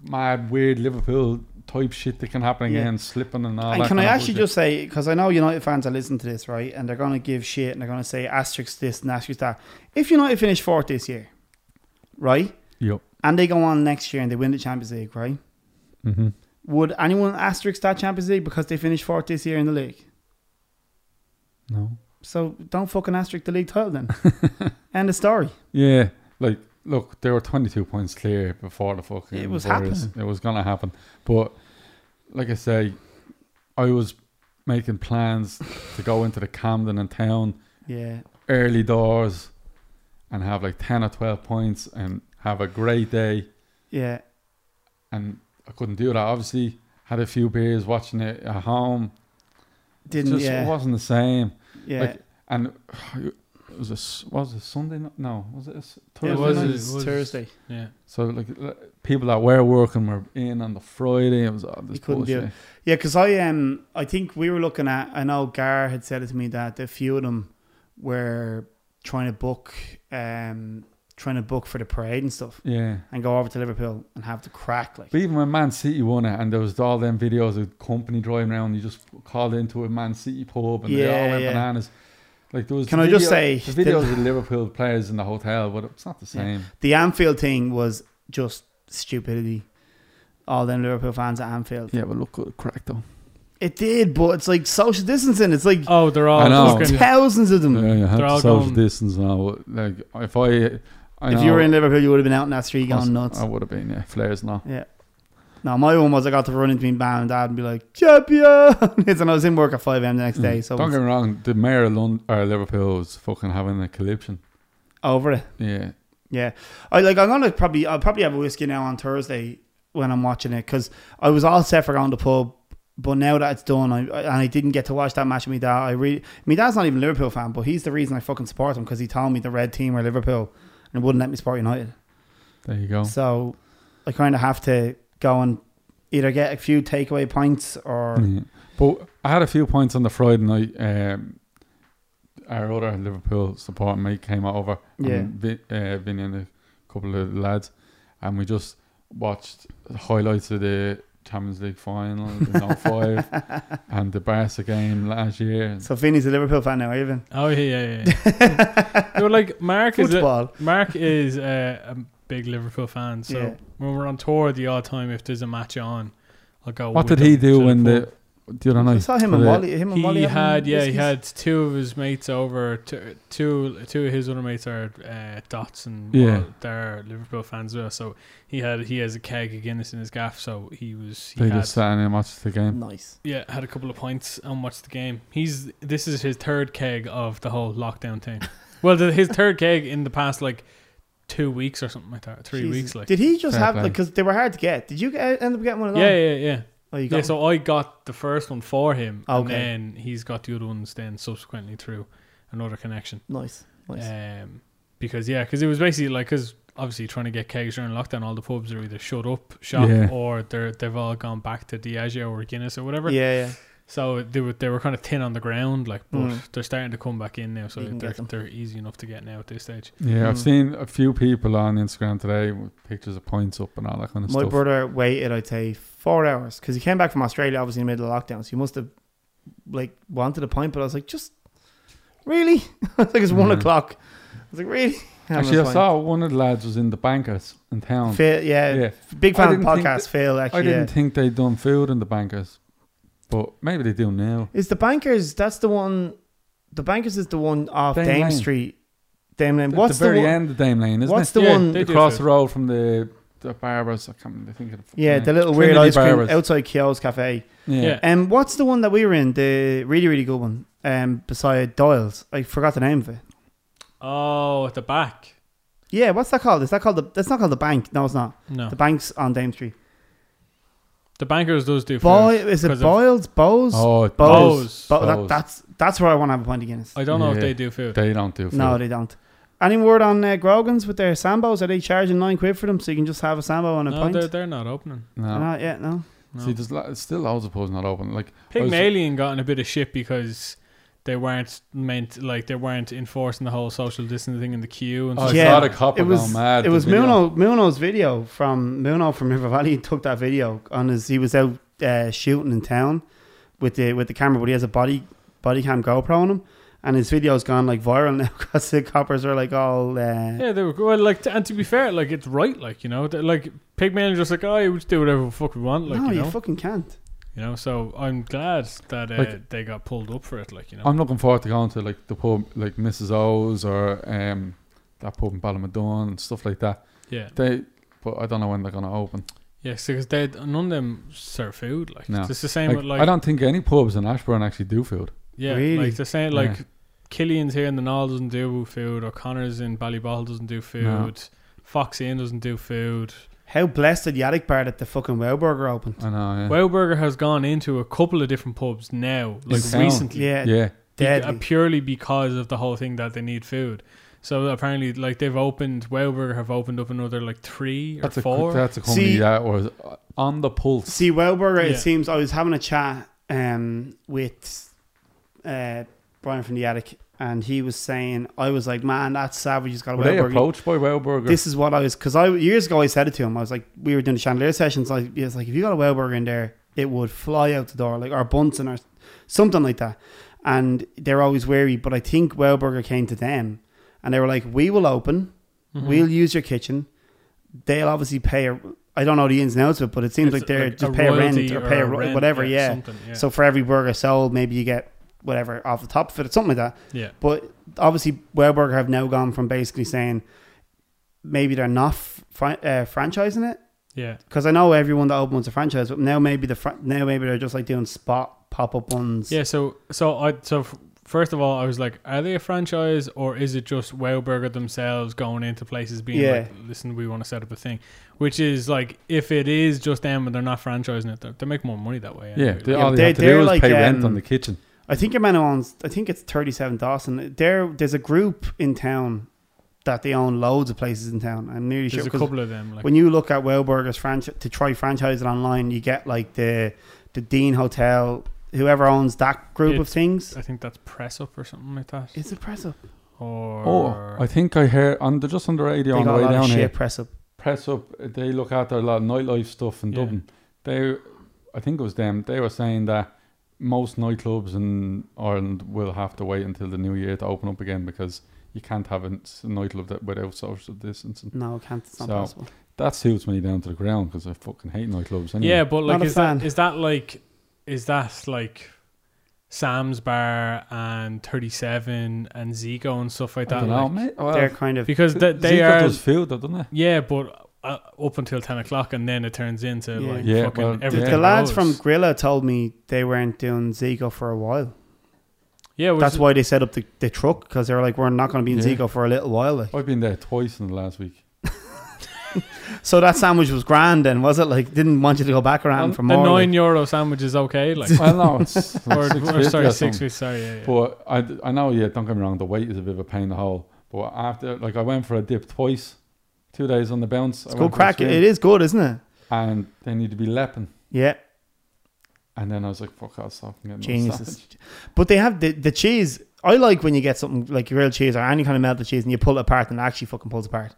Speaker 3: mad weird Liverpool type shit that can happen
Speaker 2: Yeah.
Speaker 3: again, slipping and all.
Speaker 2: And
Speaker 3: that
Speaker 2: can I
Speaker 3: kind of
Speaker 2: actually
Speaker 3: bullshit.
Speaker 2: just say, because I know United fans are listening to this, right? And they're going to give shit and they're going to say asterisk this and asterisk that. If United finish fourth this year, right?
Speaker 3: Yep.
Speaker 2: And they go on next year and they win the Champions League, right?
Speaker 3: Mhm.
Speaker 2: Would anyone asterisk that Champions League because they finished fourth this year in the league?
Speaker 3: No,
Speaker 2: So don't fucking asterisk the league title then. End of story.
Speaker 3: Yeah, like look, they were twenty two points clear before the fucking.
Speaker 2: It was
Speaker 3: Warriors. It was gonna happen, but like I say, I was making plans to go into the Camden and town
Speaker 2: Yeah.
Speaker 3: early doors, and have like ten or twelve points and have a great day,
Speaker 2: Yeah.
Speaker 3: and I couldn't do that. Obviously, had a few beers watching it at home.
Speaker 2: Didn't
Speaker 3: just
Speaker 2: yeah.
Speaker 3: wasn't the same.
Speaker 2: yeah.
Speaker 3: like, And it was a s- was it Sunday? night? No, was it a s-
Speaker 2: Yeah,
Speaker 3: Thursday?
Speaker 1: It was-
Speaker 3: night?
Speaker 1: it was-
Speaker 2: Thursday.
Speaker 1: Yeah.
Speaker 3: So like l- people that were working were in on the Friday. It was all this
Speaker 2: You couldn't do
Speaker 3: bullshit.
Speaker 2: it. Yeah, because I um I think we were looking at I know Gar had said it to me that a few of them were trying to book um trying to book for the parade and stuff
Speaker 3: Yeah.
Speaker 2: and go over to Liverpool and have the crack like
Speaker 3: But even when Man City won it, and there was all them videos of company driving around, you just called into a Man City pub, and they all
Speaker 2: Yeah,
Speaker 3: went
Speaker 2: yeah.
Speaker 3: bananas. Like there was.
Speaker 2: Can
Speaker 3: the
Speaker 2: I just
Speaker 3: video-
Speaker 2: say
Speaker 3: the videos
Speaker 2: the,
Speaker 3: of Liverpool players in the hotel? But it's not the
Speaker 2: Yeah.
Speaker 3: same.
Speaker 2: the Anfield thing was just stupidity. All them Liverpool fans at Anfield.
Speaker 3: Yeah, but look good crack though.
Speaker 2: It did, but it's like social distancing. It's like
Speaker 1: Oh, they're all
Speaker 3: I know.
Speaker 1: fucking.
Speaker 2: thousands of them.
Speaker 3: Yeah, you have
Speaker 1: They're
Speaker 3: to
Speaker 1: all
Speaker 3: social
Speaker 1: going-
Speaker 3: distance now. Like if I, I
Speaker 2: if
Speaker 3: know, Oh.
Speaker 2: you were in Liverpool, you would have been out in that street
Speaker 3: I
Speaker 2: going nuts.
Speaker 3: would have been yeah, flares now.
Speaker 2: No, my one was I got to run into my mum and dad and be like, champions. And I was in work at 5am the next day, so
Speaker 3: Hmm. Don't
Speaker 2: it's
Speaker 3: get me wrong, the mayor of London or Liverpool was fucking having a collision.
Speaker 2: over it.
Speaker 3: Yeah,
Speaker 2: Yeah. I like, I'm going to probably, I'll probably have a whiskey now on Thursday when I'm watching it because I was all set for going to the pub. But now that it's done, I, I- and I didn't get to watch that match with my dad, I really, my dad's not even a Liverpool fan, but he's the reason I fucking support him because he told me the red team were Liverpool and wouldn't let me support United.
Speaker 3: there you
Speaker 1: Oh.
Speaker 3: go.
Speaker 2: So I kind of have to go and either get a few takeaway points or,
Speaker 1: Hmm.
Speaker 3: Yeah. But I had a few points on the Friday night. Um, our other Liverpool support mate came over.
Speaker 2: Yeah.
Speaker 3: And Vin, uh, Vinny and a couple of lads, and we just watched highlights of the Champions League final in 05 and the Barca game last year.
Speaker 2: so Finney's a Liverpool fan now, even.
Speaker 1: Oh yeah, yeah, yeah. they were like Mark is a,
Speaker 2: Football.
Speaker 1: Mark is uh, a big Liverpool fan, so
Speaker 2: Yeah.
Speaker 1: when we're on tour, the odd time if there's a match on, I'll go.
Speaker 3: What
Speaker 1: with
Speaker 3: did he
Speaker 1: them to
Speaker 3: do when
Speaker 1: pub.
Speaker 3: the the other night?
Speaker 2: I saw him
Speaker 3: for
Speaker 2: and
Speaker 3: the-
Speaker 2: Wally. Him and
Speaker 1: He
Speaker 2: Wally having
Speaker 1: had yeah, he
Speaker 2: whiskeys?
Speaker 1: had two of his mates over. Two two, two of his other mates are uh, Dots and
Speaker 3: Yeah.
Speaker 1: Wall- they're Liverpool fans as well. So he had he has a keg of Guinness in his gaff. So he was he
Speaker 3: They
Speaker 1: had,
Speaker 3: just sat in and watched the game.
Speaker 2: nice.
Speaker 1: yeah had a couple of pints and watched the game. He's this is his third keg of the whole lockdown thing. well, the, his third keg in the past like two weeks or something like that, three
Speaker 2: Jesus.
Speaker 1: weeks like.
Speaker 2: Did he just
Speaker 3: Fair
Speaker 2: have
Speaker 3: play.
Speaker 2: like because they were hard to get? Did you get, end up getting one of those?
Speaker 1: yeah, yeah, yeah.
Speaker 2: Oh, you got
Speaker 1: Yeah, so I got the first one for him,
Speaker 2: Okay.
Speaker 1: and then he's got the other ones then subsequently through another connection.
Speaker 2: one. nice, nice.
Speaker 1: Um, because yeah, because it was basically like because obviously trying to get kegs during lockdown, all the pubs are either shut up shop
Speaker 3: Yeah.
Speaker 1: or they're they've all gone back to Diageo or Guinness or whatever.
Speaker 2: yeah, yeah.
Speaker 1: So they were they were kind of thin on the ground, like, but
Speaker 2: Mm.
Speaker 1: they're starting to come back in now, so
Speaker 2: You can
Speaker 1: they're
Speaker 2: get them.
Speaker 1: they're easy enough to get now at this stage.
Speaker 3: Yeah, I've
Speaker 2: Mm.
Speaker 3: seen a few people on Instagram today with pictures of points up and all that kind of
Speaker 2: My
Speaker 3: stuff.
Speaker 2: brother waited, I'd say, four hours because he came back from Australia, obviously in the middle of lockdown. So he must have like wanted a pint, but I was like, just really? I was like, it's one
Speaker 3: Yeah.
Speaker 2: o'clock. I was like, really? Having
Speaker 3: Actually,
Speaker 2: a
Speaker 3: I
Speaker 2: pint.
Speaker 3: saw one of the lads was in the bankers in town.
Speaker 2: Phil, yeah,
Speaker 3: Yeah.
Speaker 2: big
Speaker 3: I
Speaker 2: fan of the
Speaker 3: didn't think
Speaker 2: podcast. Phil,
Speaker 3: I
Speaker 2: actually, yeah.
Speaker 3: didn't think they'd done food in the bankers, but maybe they do now.
Speaker 2: Is the Bankers? That's the one. The Bankers is the one off
Speaker 3: Dame
Speaker 2: Dame,
Speaker 3: Lane.
Speaker 2: Street. Dame Lane.
Speaker 3: At
Speaker 2: What's
Speaker 3: the
Speaker 2: the,
Speaker 3: very
Speaker 2: one?
Speaker 3: end of Dame Lane, isn't
Speaker 2: What's
Speaker 3: it?
Speaker 2: the
Speaker 1: Yeah,
Speaker 2: one?
Speaker 1: they do
Speaker 3: Across
Speaker 1: food.
Speaker 3: the road from the the barbers. I can't remember- I think of the fucking
Speaker 2: Yeah,
Speaker 3: name.
Speaker 2: the little weird
Speaker 3: Trinity
Speaker 2: ice cream
Speaker 3: Barbers.
Speaker 2: outside Kyo's Cafe.
Speaker 3: Yeah.
Speaker 1: Yeah.
Speaker 2: Um, what's the one that we were in? The really really good one. Um, beside Doyle's, I forgot the name of it.
Speaker 1: Oh, at the back.
Speaker 2: Yeah, what's that called? Is that called the? That's not called the bank. No, it's not.
Speaker 1: No,
Speaker 2: The
Speaker 1: the,
Speaker 2: bank's on Dame Street.
Speaker 1: bankers does do.
Speaker 2: Boy,
Speaker 1: food
Speaker 2: is it
Speaker 1: because of-
Speaker 2: Boyle's? Bowes?
Speaker 3: Oh,
Speaker 1: Bowes.
Speaker 2: Bowes. Bo- that,
Speaker 3: Bowes.
Speaker 2: that's that's where I want to have a pint of Guinness.
Speaker 1: I don't know
Speaker 3: Yeah.
Speaker 1: if they do food.
Speaker 3: they don't do food.
Speaker 2: No, they don't. Any word on uh, Grogan's with their sambos? Are they charging nine quid for them so you can just have a sambo and a
Speaker 1: no,
Speaker 2: pint?
Speaker 1: they're, they're not opening.
Speaker 3: no.
Speaker 2: Not yet, no.
Speaker 1: No.
Speaker 3: See, there's lo- still loads of pubs not open. Like I was-
Speaker 1: Pygmalion got in a bit of shit because they weren't meant like they weren't enforcing the whole social distancing thing in the queue and
Speaker 3: Oh,
Speaker 1: stuff.
Speaker 3: I
Speaker 2: Yeah,
Speaker 3: saw the copper
Speaker 2: it was
Speaker 3: gone mad.
Speaker 2: it
Speaker 3: the
Speaker 2: was
Speaker 3: video.
Speaker 2: Muno Muno's video from Muno from River Valley took that video on his he was out uh, shooting in town with the with the camera but he has a body body cam GoPro on him and his video's gone like viral now because the coppers are like all uh,
Speaker 1: Yeah, they were well, like, t- and to be fair, like it's right, like you know, that like Pygmalion just like, oh, yeah, we just do whatever the fuck we want, like
Speaker 2: no
Speaker 1: you know,
Speaker 2: fucking can't
Speaker 1: You know, so I'm glad that uh,
Speaker 3: Like-
Speaker 1: they got pulled up for it. Like you know,
Speaker 3: I'm looking forward to going to like the pub, like Mrs. O's or um, that pub in Ballymadon and stuff like that.
Speaker 1: yeah,
Speaker 3: They, but I don't know when they're gonna open.
Speaker 1: yeah, because they none of them serve food. Like
Speaker 3: No.
Speaker 1: it's the same
Speaker 3: Like,
Speaker 1: with like
Speaker 3: I don't think any pubs in Ashburn actually do food.
Speaker 1: yeah,
Speaker 2: Really?
Speaker 1: like the same
Speaker 3: Yeah.
Speaker 1: like Killian's here in the Knoll doesn't do food. O'Connor's in Ballyball doesn't do food.
Speaker 3: No.
Speaker 1: Fox Inn doesn't do food.
Speaker 2: How blessed did Yannick Bar that the fucking Wow Burger opened?
Speaker 3: I know. Yeah.
Speaker 1: Wowburger has gone into a couple of different pubs now, like
Speaker 3: town.
Speaker 1: recently.
Speaker 2: Yeah,
Speaker 3: yeah.
Speaker 1: Be- uh,
Speaker 2: deadly.
Speaker 1: purely because of the whole thing that they need food. So apparently, like they've opened Wowburger have opened up another like three or
Speaker 3: That's a
Speaker 1: four.
Speaker 3: that's a company
Speaker 2: See-
Speaker 3: that was on the pulse.
Speaker 2: See, Wow Burger,
Speaker 1: Yeah.
Speaker 2: it seems I was having a chat um, with uh, Brian from the Attic, and he was saying, I was like, man, that savage has got a
Speaker 3: Were
Speaker 2: Wow
Speaker 3: they
Speaker 2: Burger.
Speaker 3: approached by Wellburger?
Speaker 2: This is what I was because I years ago I said it to him. I was like, we were doing the chandelier sessions. Like, he was like, if you got a well burger in there, it would fly out the door, like or Bunsen or something like that. And they're always wary, but I think well burger came to them, and they were like, we will open,
Speaker 1: Mhm.
Speaker 2: we'll use your kitchen. They'll obviously pay. I I don't know the ins and outs of it, but it seems
Speaker 1: It's
Speaker 2: like they're
Speaker 1: like
Speaker 2: just pay a rent
Speaker 1: royalty
Speaker 2: or pay a,
Speaker 1: a
Speaker 2: ro-
Speaker 1: rent,
Speaker 2: whatever. Yeah.
Speaker 1: something, yeah.
Speaker 2: So for every burger sold, maybe you get whatever off the top of it, or something like that.
Speaker 1: yeah,
Speaker 2: But obviously, Wellburger have now gone from basically saying maybe they're not fr- uh, franchising it
Speaker 1: yeah,
Speaker 2: because I know everyone that opens a franchise, but now maybe the fr- now maybe they're just like doing spot pop up ones.
Speaker 1: yeah. So so I so f- first of all, I was like, are they a franchise or is it just Wowburger themselves going into places being like, listen, we want to set up a thing, which is like if it is just them and they're not franchising it, they- they make more money that way.
Speaker 3: yeah,
Speaker 1: anyway.
Speaker 3: they,
Speaker 1: Like,
Speaker 3: all they,
Speaker 2: they-
Speaker 3: have to
Speaker 2: they're
Speaker 3: do is
Speaker 2: like,
Speaker 3: pay rent
Speaker 2: um,
Speaker 3: on the kitchen.
Speaker 2: I think your man owns. I think it's thirty seven Dawson. There, there's a group in town that they own loads of places in town. I'm nearly
Speaker 1: there's
Speaker 2: sure
Speaker 1: a
Speaker 2: 'cause
Speaker 1: couple of them. Like
Speaker 2: when you look at Wellburger's franchise to try franchise it online, you get like the the Dean Hotel, whoever owns that group of
Speaker 1: It's-
Speaker 2: things.
Speaker 1: I think that's press up or something like that.
Speaker 2: It's impressive.
Speaker 1: Or
Speaker 3: Oh, I think I heard on the just on the
Speaker 2: They
Speaker 3: radio on
Speaker 2: got
Speaker 3: the
Speaker 2: a
Speaker 3: way
Speaker 2: lot of
Speaker 3: down
Speaker 2: shit
Speaker 3: here.
Speaker 2: press up.
Speaker 3: Press up. They look after a lot of nightlife stuff in
Speaker 1: Yeah.
Speaker 3: Dublin. They, I think it was them. They were saying that most nightclubs in Ireland will have to wait until the new year to open up again because you can't have a n- s- nightclub that without social distancing.
Speaker 2: No, it can't. It's not
Speaker 3: So,
Speaker 2: possible.
Speaker 3: That suits me down to the ground because I fucking hate nightclubs. Anyway.
Speaker 1: yeah, but like
Speaker 2: Not a
Speaker 1: is that
Speaker 2: fan.
Speaker 1: is that like is that like Sam's Bar and Thirty Seven and Zico and stuff like
Speaker 3: I
Speaker 1: that?
Speaker 3: don't know,
Speaker 1: like-
Speaker 3: mate. Well,
Speaker 2: They're kind of.
Speaker 1: because they, they
Speaker 3: Zico
Speaker 1: are
Speaker 3: does food, though, doesn't it?
Speaker 1: yeah, but uh, up until ten o'clock and then it turns into
Speaker 2: Yeah.
Speaker 1: like
Speaker 3: Yeah,
Speaker 1: fucking
Speaker 3: well,
Speaker 2: The,
Speaker 1: everything.
Speaker 2: the lads from
Speaker 1: goes.
Speaker 2: Grilla told me they weren't doing Zico for a while.
Speaker 1: yeah, which
Speaker 2: That's
Speaker 1: is-
Speaker 2: why they set up the, the truck because they were like, we're not going to be in
Speaker 3: Yeah.
Speaker 2: Zico for a little while. Like.
Speaker 3: I've been there twice in the last week.
Speaker 2: So that sandwich was grand then, was it? Like, didn't want you to go back around
Speaker 3: Um,
Speaker 2: for
Speaker 1: the
Speaker 2: more.
Speaker 1: nine
Speaker 2: like.
Speaker 1: euro sandwich is okay, like
Speaker 3: I know it's
Speaker 1: or,
Speaker 3: like
Speaker 1: or
Speaker 3: 650
Speaker 1: sorry
Speaker 3: or
Speaker 1: six
Speaker 3: something.
Speaker 1: weeks. Sorry, yeah, yeah.
Speaker 3: But I, d- I know, yeah, don't get me wrong, the weight is a bit of a pain in the hole. But after, like, I went for a dip twice, two days on the bounce.
Speaker 2: It's good crack. It is good, isn't it?
Speaker 3: And they need to be lapping.
Speaker 2: Yeah,
Speaker 3: And then I was like, fuck, I'll stop and get
Speaker 2: geniuses. But they have the, the cheese. I like when you get something like grilled cheese or any kind of melted cheese and you pull it apart and it actually fucking pulls apart.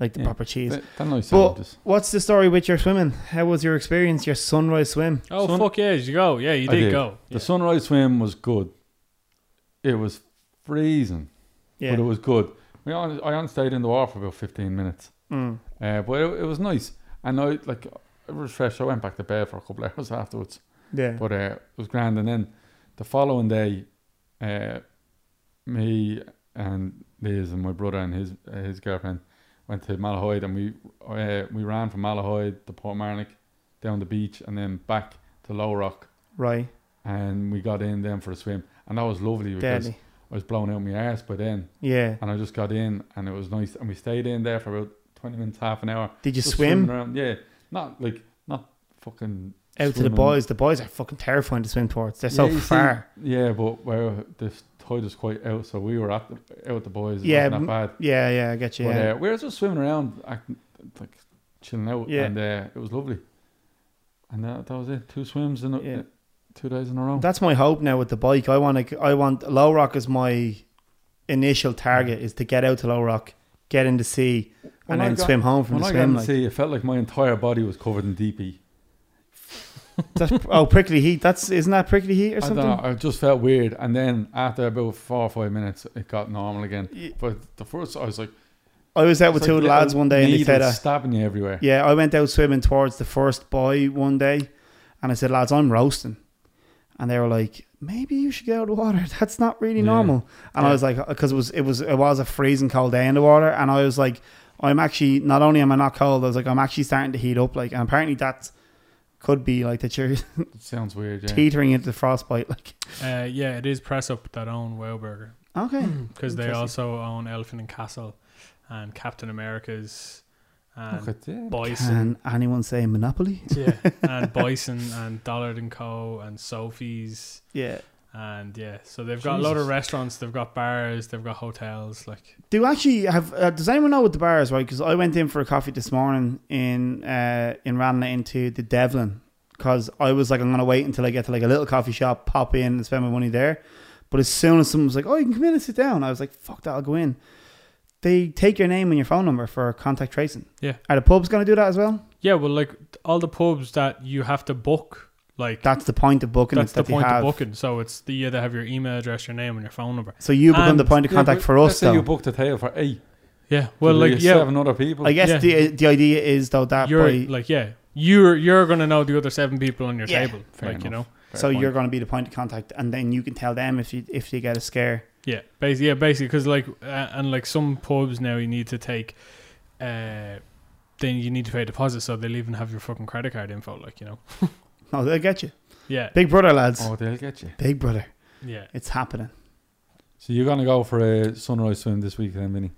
Speaker 2: Like the
Speaker 3: Yeah.
Speaker 2: proper cheese.
Speaker 3: That, that nice
Speaker 2: But-
Speaker 3: sandwiches.
Speaker 2: What's the story with your swimming? How was your experience, your sunrise swim?
Speaker 1: Oh
Speaker 3: Sun-
Speaker 1: fuck yeah, did you go? Yeah, you
Speaker 3: I
Speaker 1: did,
Speaker 3: did.
Speaker 1: go.
Speaker 3: The sunrise swim was good. It was freezing,
Speaker 2: Yeah.
Speaker 3: but it was good. We on, I only stayed in the water for about 15 minutes.
Speaker 2: Mm.
Speaker 3: Uh, but it, it was nice. And I, like, I was fresh. I went back to bed for a couple of hours afterwards.
Speaker 2: Yeah.
Speaker 3: But uh, it was grand. And then the following day, uh, me and Liz and my brother and his uh, his girlfriend went to Malahide and we uh, we ran from Malahide to Port Marnock down the beach and then back to Low Rock
Speaker 2: Right.
Speaker 3: and we got in then for a swim and that was lovely because
Speaker 2: Deadly.
Speaker 3: I was blowing out my arse by then
Speaker 2: Yeah.
Speaker 3: and I just got in and it was nice and we stayed in there for about twenty minutes half an hour
Speaker 2: Did you
Speaker 3: just
Speaker 2: swim
Speaker 3: swimming around yeah not like not fucking
Speaker 2: out to the
Speaker 3: swimming.
Speaker 2: boys? The boys are fucking terrifying to swim towards. They're
Speaker 3: Yeah,
Speaker 2: so
Speaker 3: you see-
Speaker 2: far.
Speaker 3: yeah, but where this tide is quite out, so we were at the, out the boys. It
Speaker 2: Yeah,
Speaker 3: yeah, wasn't that bad.
Speaker 2: Yeah, yeah, I get you. Yeah.
Speaker 3: But uh, we were just swimming around, acting, like chilling out,
Speaker 2: Yeah.
Speaker 3: and uh, it was lovely. And that, that was it. Two swims in a, uh,
Speaker 2: Yeah.
Speaker 3: two days in a row.
Speaker 2: That's my hope now with the bike. I want to. I want Low Rock is my initial target is to get out to Low Rock, get in the sea,
Speaker 3: When
Speaker 2: and
Speaker 3: I
Speaker 2: then
Speaker 3: got-
Speaker 2: swim home from
Speaker 3: when
Speaker 2: the
Speaker 3: I got in
Speaker 2: swim.
Speaker 3: the
Speaker 2: Like.
Speaker 3: sea, it felt like my entire body was covered in DP.
Speaker 2: That's, oh, prickly heat. That's isn't that prickly heat or
Speaker 3: I
Speaker 2: something?
Speaker 3: don't know. I just felt weird, and then after about four or five minutes, it got normal again.
Speaker 2: Y-
Speaker 3: But the first, I was like,
Speaker 2: I was out
Speaker 3: it's
Speaker 2: with
Speaker 3: like
Speaker 2: two
Speaker 3: little
Speaker 2: lads one day and they
Speaker 3: needles
Speaker 2: said, uh,
Speaker 3: stabbing you everywhere.
Speaker 2: "Yeah, I went out swimming towards the first boy one day, And I said, lads, I'm roasting. And they were like, maybe you should get out of the water. That's not really
Speaker 3: Yeah.
Speaker 2: normal. And I
Speaker 1: Yeah.
Speaker 2: was like, because it was it was it was a freezing cold day in the water, and I was like, I'm actually not only am I not cold, I was like, I'm actually starting to heat up. Like, and apparently that's could be like that you're
Speaker 3: It sounds weird, yeah.
Speaker 2: teetering into frostbite. Like,
Speaker 1: Uh, yeah, it is press up that own Wowburger
Speaker 2: okay,
Speaker 1: because they
Speaker 2: Interesting.
Speaker 1: also own Elephant and Castle and Captain America's and
Speaker 3: Look at that.
Speaker 1: Bison.
Speaker 2: can anyone say Monopoly?
Speaker 1: yeah, and Bison and Dollard and Co. and Sophie's
Speaker 2: Yeah.
Speaker 1: and yeah, so they've got a lot of
Speaker 3: Jesus.
Speaker 1: restaurants. They've got bars. They've got hotels. Like
Speaker 2: Do you actually have? Uh, does anyone know what the bar is? Right, because I went in for a coffee this morning in uh, in Ranelagh into the Devlin because I was like, I'm gonna wait until I get to like a little coffee shop, pop in and spend my money there. But as soon as someone was like, "Oh, you can come in and sit down," I was like, "Fuck that, I'll go in." They take your name and your phone number for contact tracing.
Speaker 1: Yeah.
Speaker 2: Are the pubs gonna do that as well?
Speaker 1: yeah, well, like all the pubs that you have to book, like
Speaker 2: That's the point of booking.
Speaker 1: that's
Speaker 2: it,
Speaker 1: the
Speaker 2: that they
Speaker 1: point
Speaker 2: have.
Speaker 1: of booking. So it's the yeah, they have your email address, your name, and your phone number.
Speaker 2: So you become
Speaker 1: And-
Speaker 2: the point of
Speaker 3: Yeah,
Speaker 2: contact
Speaker 3: but
Speaker 2: for
Speaker 3: let's
Speaker 2: us,
Speaker 3: say you
Speaker 2: though.
Speaker 3: booked a tail for eight.
Speaker 1: Yeah, well,
Speaker 3: There'll be
Speaker 1: like yeah,
Speaker 3: seven other people.
Speaker 2: I guess
Speaker 1: Yeah.
Speaker 2: the the idea is though that
Speaker 1: you're
Speaker 2: by-
Speaker 1: like yeah, you're you're gonna know the other seven people on your
Speaker 2: Yeah.
Speaker 1: table.
Speaker 3: Fair
Speaker 1: like you know,
Speaker 3: enough. Fair
Speaker 2: so
Speaker 3: point.
Speaker 2: you're going to be the point of contact, and then you can tell them if you if you get a scare.
Speaker 1: yeah, basically, yeah, basically, because like uh, and like some pubs now you need to take, uh, then you need to pay a deposit, so they'll even have your fucking credit card info. Like you know,
Speaker 2: No, they'll get you.
Speaker 1: yeah,
Speaker 2: Big brother, lads.
Speaker 3: Oh, they'll get you.
Speaker 2: Big brother.
Speaker 1: yeah.
Speaker 2: It's happening.
Speaker 3: So you're gonna go for a sunrise swim this weekend, Vinny?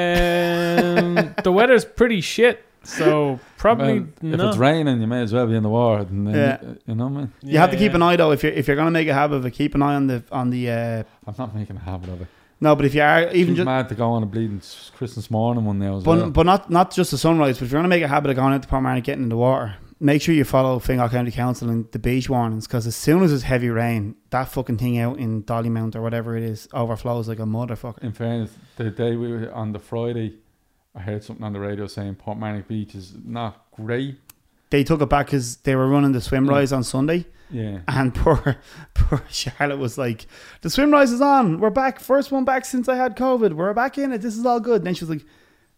Speaker 1: Um, the weather's pretty shit, so probably
Speaker 3: Well,
Speaker 1: not.
Speaker 3: If it's raining, you may as well be in the water. And then,
Speaker 2: Yeah.
Speaker 3: You know what I mean?
Speaker 2: You have to keep an eye though if you're if you're going to make a habit of it. Keep an eye on the on the. Uh,
Speaker 3: I'm not making a habit of it.
Speaker 2: no, but if you are even
Speaker 3: Even
Speaker 2: just.
Speaker 3: mad to go on a bleeding s- Christmas morning one now as
Speaker 2: But,
Speaker 3: well.
Speaker 2: but not not just the sunrise. But if you're going to make a habit of going out to Palmer and getting in the water, make sure you follow Fingal County Council and the beach warnings. Because as soon as it's heavy rain, that fucking thing out in Dolly Mount or whatever it is overflows like a motherfucker.
Speaker 3: In fairness, the day we were on the Friday, I heard something on the radio saying Portmanic Beach is not great.
Speaker 2: They took it back because they were running the swim
Speaker 3: Yeah.
Speaker 2: rise on Sunday.
Speaker 3: Yeah.
Speaker 2: And poor, poor Charlotte was like, "The swim rise is on. We're back. First one back since I had COVID. We're back in it. This is all good." And then she was like,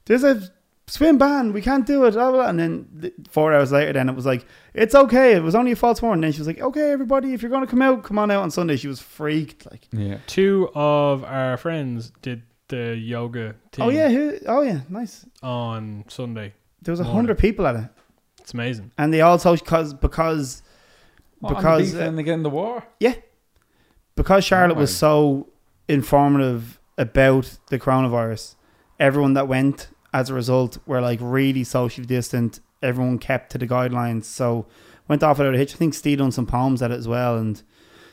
Speaker 2: "There's a swim ban. We can't do it." Blah, blah, blah. And then th- four hours later, then it was like, "It's okay. It was only a false warning." And then she was like, "Okay, everybody, if you're going to come out, come on out on Sunday." She was freaked. Like,
Speaker 3: Yeah.
Speaker 1: Two of our friends did the yoga team
Speaker 2: "Oh yeah, who, oh yeah, nice."
Speaker 1: on Sunday.
Speaker 2: There was a
Speaker 1: Morning.
Speaker 2: hundred people at it,
Speaker 1: It's amazing.
Speaker 2: and they also because because Because,
Speaker 3: Because.
Speaker 2: uh,
Speaker 3: And again, the war.
Speaker 2: because Charlotte was
Speaker 3: Right.
Speaker 2: so informative about the coronavirus, everyone that went as a result were like really socially distant. Everyone kept to the guidelines, so went off without a hitch. I think Steve done some poems at it as well, and